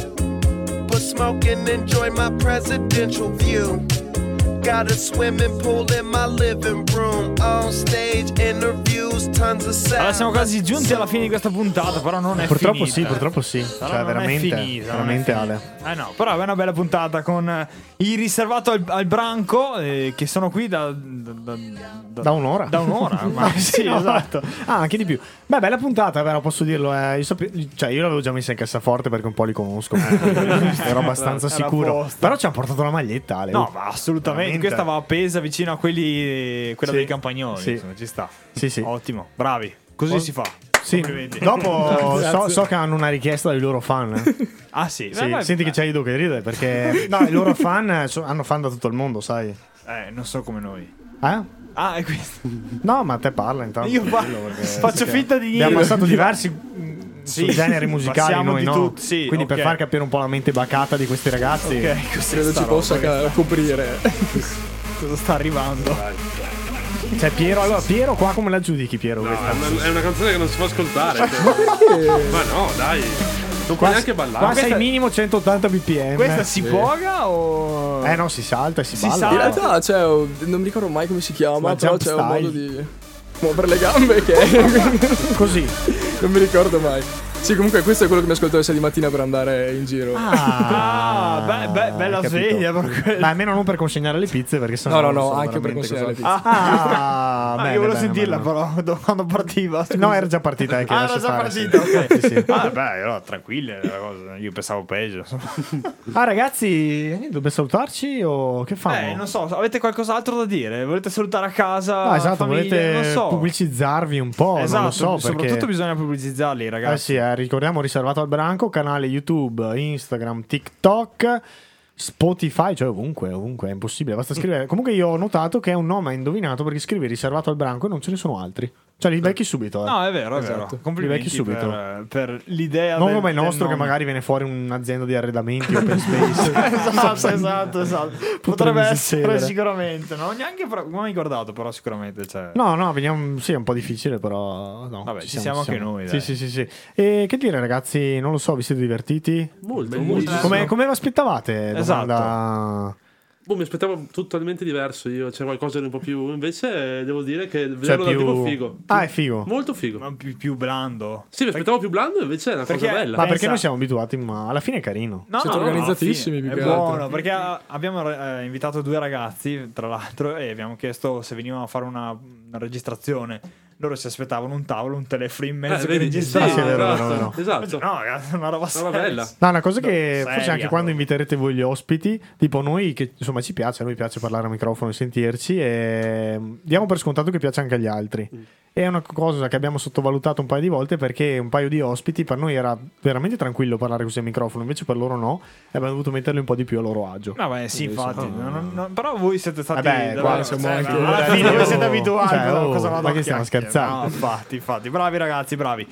But smoke and enjoy my presidential view. Got a swimming pool in my living room. On stage interviews, tons of sound.
Allora, siamo quasi giunti alla fine di questa puntata, però non è
Purtroppo
finita.
sì, purtroppo sì.
Però
cioè,
non è
veramente,
finita, non è
veramente
finita.
Ale.
Eh no, però è una bella puntata con eh, il riservato al, al branco eh, che sono qui da, da, da- da-
Da un'ora?
Da
(laughs)
un'ora, ma
Ah,
sì,
no,
esatto.
Ah, anche di più. Beh, bella puntata, però posso dirlo. eh, io, sape- cioè, io l'avevo già messa in cassaforte perché un po' li
(laughs)
conosco. quindi ero abbastanza
Era
sicuro.
apposta.
Però ci hanno portato la maglietta, Ale.
No, ma assolutamente.
Veramente.
Questa va appesa vicino a quelli, quella
Sì.
dei campagnoli.
Sì.
Insomma, ci sta.
Sì, sì.
Ottimo, bravi. Così
Oh.
si fa.
Sì.
Complimenti. (laughs)
(laughs) Dopo so, so che hanno una richiesta dai loro fan. eh.
Ah, sì.
Sì,
Beh, beh,
senti che c'è Ido che
(laughs)
ride perché no, i loro fan eh, so- hanno fan da tutto il mondo, sai.
eh, non so come noi.
Eh?
Ah, è questo.
No, ma te parla intanto.
Io fa-
Quello perché-
(laughs) faccio
sì,
finta di niente.
Abbiamo passato diversi mm,
Sì,
su generi musicali
passiamo
noi,
di
no?
tutto, sì,
Quindi
ok.
per far capire un po' la mente bacata di questi ragazzi,
Ok, cos'è
Credo
sta
ci possa
roba?
ca-
(laughs)
coprire.
Cosa sta arrivando?
Cioè, Piero, allora, Piero qua come la giudichi, Piero?
No,
questa?
è una, Ah, è una canzone che non si può ascoltare. cioè. Ma no, dai. Non puoi
Qua-
neanche
Qua
ballare.
sei minimo 180 bpm.
Questa si
Sì.
poga
o.
Eh no, si salta e si,
Si
balla.
sa. In realtà, cioè, oh, non mi ricordo mai come si chiama,
Ma
però
jump
c'è un
style.
modo di muovere le gambe che è
(laughs) così.
Non mi ricordo mai. Sì, comunque questo è quello che mi ascolto adesso di mattina per andare in giro.
Ah,
beh, beh, bella
capito.
sveglia. proprio.
Ma almeno non per consegnare le pizze, perché sennò.
No, no, no,
sono
anche per
veramente
consegnare
cosa-
le pizze.
Ah,
Ah,
bene,
io volevo
bene,
sentirla,
bene.
però, (laughs) do- quando partiva.
No, era già partita. eh, che
Ah,
lascia
era già
stare,
partita,
sì.
ok.
Sì, sì.
Ah, beh, allora tranquilla la cosa. Io pensavo peggio. insomma.
Ah, ragazzi, eh, dobbiamo salutarci o che famo?
Eh, non so, avete qualcos'altro da dire? Volete salutare a casa?
Ah, esatto,
famiglia?
volete
non so.
pubblicizzarvi un po',
esatto,
Oh, non lo so, perché...
soprattutto bisogna pubblicizzarli, ragazzi.
Eh sì, eh, ricordiamo riservato al branco, canale YouTube, Instagram, TikTok, Spotify, cioè ovunque, ovunque, è impossibile, basta scrivere. Comunque io ho notato che è un nome indovinato perché scrivi riservato al branco e non ce ne sono altri. Cioè li becchi subito. eh.
No, è vero, è
Esatto.
vero. Complimenti
Li becchi subito.
Per, per
(laughs)
l'idea
non
del-
come il
del
nostro che
nome.
magari viene fuori un'azienda
(laughs)
di arredamenti open space.
esatto, esatto, esatto. Potrebbe essere
succedere.
sicuramente, no? Neanche pro- mai guardato, però sicuramente cioè. c'è.
No, no, veniamo, sì, è un po' difficile, però no,
Vabbè, ci siamo anche noi,
Sì,
dai.
sì, sì, sì. E che dire ragazzi, non lo so, vi siete divertiti?
Molto, molto.
Come, come vi aspettavate?
Esatto.
Domanda-
Boh, mi aspettavo totalmente diverso io, c'è qualcosa di un po' più... Invece eh, devo dire che
Cioè,
vederlo dal
più...
vivo è figo.
Ah, è figo.
Molto figo.
Ma più, blando.
Sì, mi aspettavo più blando, invece è una cosa bella.
Ma perché noi siamo abituati, ma alla fine è carino.
No, no, no, alla fine È buono, perché ah, abbiamo eh, invitato due ragazzi, tra l'altro, e abbiamo chiesto se venivano a fare una, una registrazione. Loro si aspettavano un tavolo, un telefono in mezzo
Eh,
che
vedi,
registrava.
sì,
è vero, esatto, vero,
Esatto.
No, ragazzi, è una roba seria.
No, una cosa che
No,
forse
seria.
anche quando inviterete voi gli ospiti, tipo noi che insomma ci piace, a noi piace parlare al microfono e sentirci e diamo per scontato che piace anche agli altri.
Mm.
È una cosa che abbiamo sottovalutato un paio di volte perché un paio di ospiti per noi era veramente tranquillo parlare così al microfono, invece per loro no, e abbiamo dovuto metterli un po' di più a loro agio.
No, beh, sì,
Quindi,
Ah.
infatti.
insomma,
no, no, no, però voi siete stati.
Vabbè,
davvero-
qua siamo
cioè,
anche-
no, alla fine voi siete abituati.
Cioè,
no,
oh,
cosa vado
ma
a
che stiamo
chiacchiere?
scherzando?
No, infatti, infatti. Bravi ragazzi, bravi.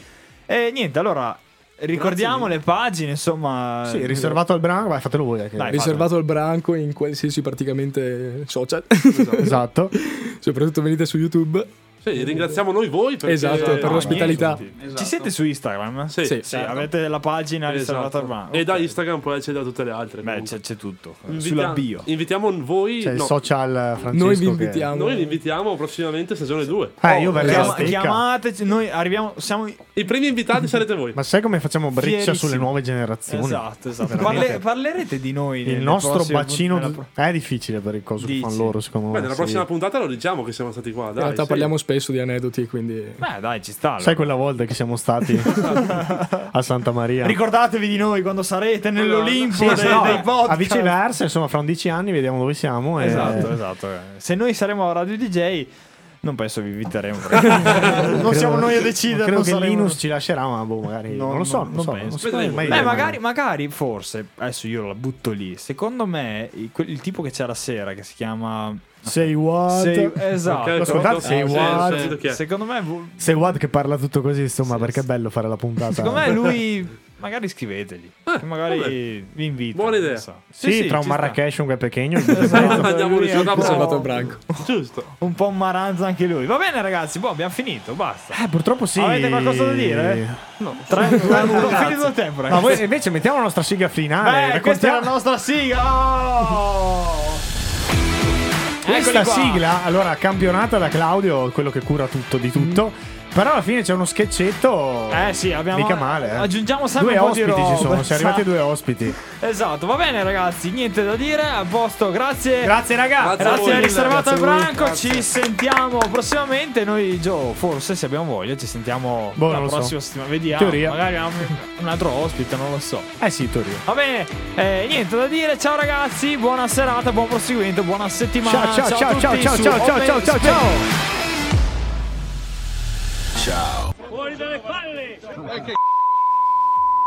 E niente, allora. Ricordiamo le pagine, insomma.
Sì, riservato al branco, vai, fatelo voi. anche.
riservato al branco in qualsiasi praticamente social. (laughs) Cioè,
Esatto.
Soprattutto venite su YouTube.
Sì, ringraziamo noi voi perché...
Esatto, per l'ospitalità.
Ci siete su Instagram?
Sì, Esatto.
sì, avete la pagina
Esatto.
riservata al branco.
E da Instagram poi c'è da tutte le altre. Beh, c'è,
tutto.
Sulla bio.
Invitiamo voi...
C'è Cioè, il
no,
social Francesco che-
Noi vi invitiamo prossimamente stagione 2.
Eh, io verrò a Stecca.
Oh, Chiamateci, noi arriviamo. Siamo
I primi invitati sarete voi.
Ma sai come facciamo breccia
Fierissimi.
sulle nuove generazioni?
Esatto, esatto.
Veramente.
Parle- parlerete di noi.
il
nel
nostro
prossimo-
bacino
nella
d- è difficile per il coso che
Dici?
fanno loro, secondo
Beh,
me.
nella
sì.
prossima puntata lo diciamo che siamo stati qua. Dai,
In realtà
sì.
parliamo spesso di aneddoti, quindi...
Beh, dai, ci sta.
Sai quella volta che siamo
(laughs)
stati a Santa Maria?
Ricordatevi di noi quando sarete nell'Olimpo
Sì,
dei,
se no,
dei podcast.
A viceversa, insomma, fra 11 anni vediamo dove siamo. e-
Esatto, esatto. eh. Se noi saremo a
(laughs)
Radio DJ, non penso vi inviteremo.
Credo-
non siamo noi a decidere.
Credo
non
che
saremo-
Linus ci lascerà, ma boh, magari.
No,
non lo so, non,
no,
so.
penso.
non si può mai
Beh,
dire,
magari, magari, forse, adesso io la butto lì. Secondo me, il, quel- il tipo che c'è la sera, che si chiama...
Say what?
Sei- esatto.
Lo ascoltate? Say
Eh, sì,
what?
sì, Secondo me, vu-
Say what che parla tutto così, insomma, perché è bello fare la puntata.
secondo me
(laughs)
lui... Magari scrivetegli. che magari vi invito.
buona idea.
Sì, tra un Esatto. Marrakesh e un Guepechegno. Andiamo
Lui è un po'-
Giusto.
Esatto. Un po' maranza anche lui. Va bene, ragazzi. Boh, abbiamo finito. Basta.
Eh, purtroppo sì.
Avete qualcosa da dire? No. Tra, tra, (laughs) ho finito il tempo, ragazzi.
Ma voi invece mettiamo la nostra sigla finale.
Eh, questa è
raccontiamo-
la nostra sigla. Oh!
Questa
Eccoli qua.
sigla, allora, campionata da Claudio, quello che cura tutto di tutto. Però alla fine c'è uno scherzetto.
Mm. Eh sì, abbiamo-
Mica male. eh.
aggiungiamo sempre
due
un po' di
ospiti
roba,
ci sono.
(laughs)
Sono arrivati
esatto.
due ospiti.
Esatto, va bene ragazzi, niente da dire, a posto, grazie.
Grazie, ragazzi.
Grazie,
Grazie a voi.
riservato al
Grazie a voi.
branco, ci sentiamo prossimamente. Noi Gio, forse se abbiamo voglia ci sentiamo
Boh,
la
non lo so.
prossima settimana, vediamo,
Teoria.
magari abbiamo un altro ospite, non lo so.
Eh sì, teoria.
Va bene, eh, niente da dire, ciao ragazzi, buona serata, buon proseguimento, buona settimana.
Ciao, ciao,
a
ciao,
tutti
ciao, ciao,
su
ciao, ciao,
Open
ciao, ciao,
Space.
ciao.
Ciao.
Fuori dalle palle!
Ma che c***o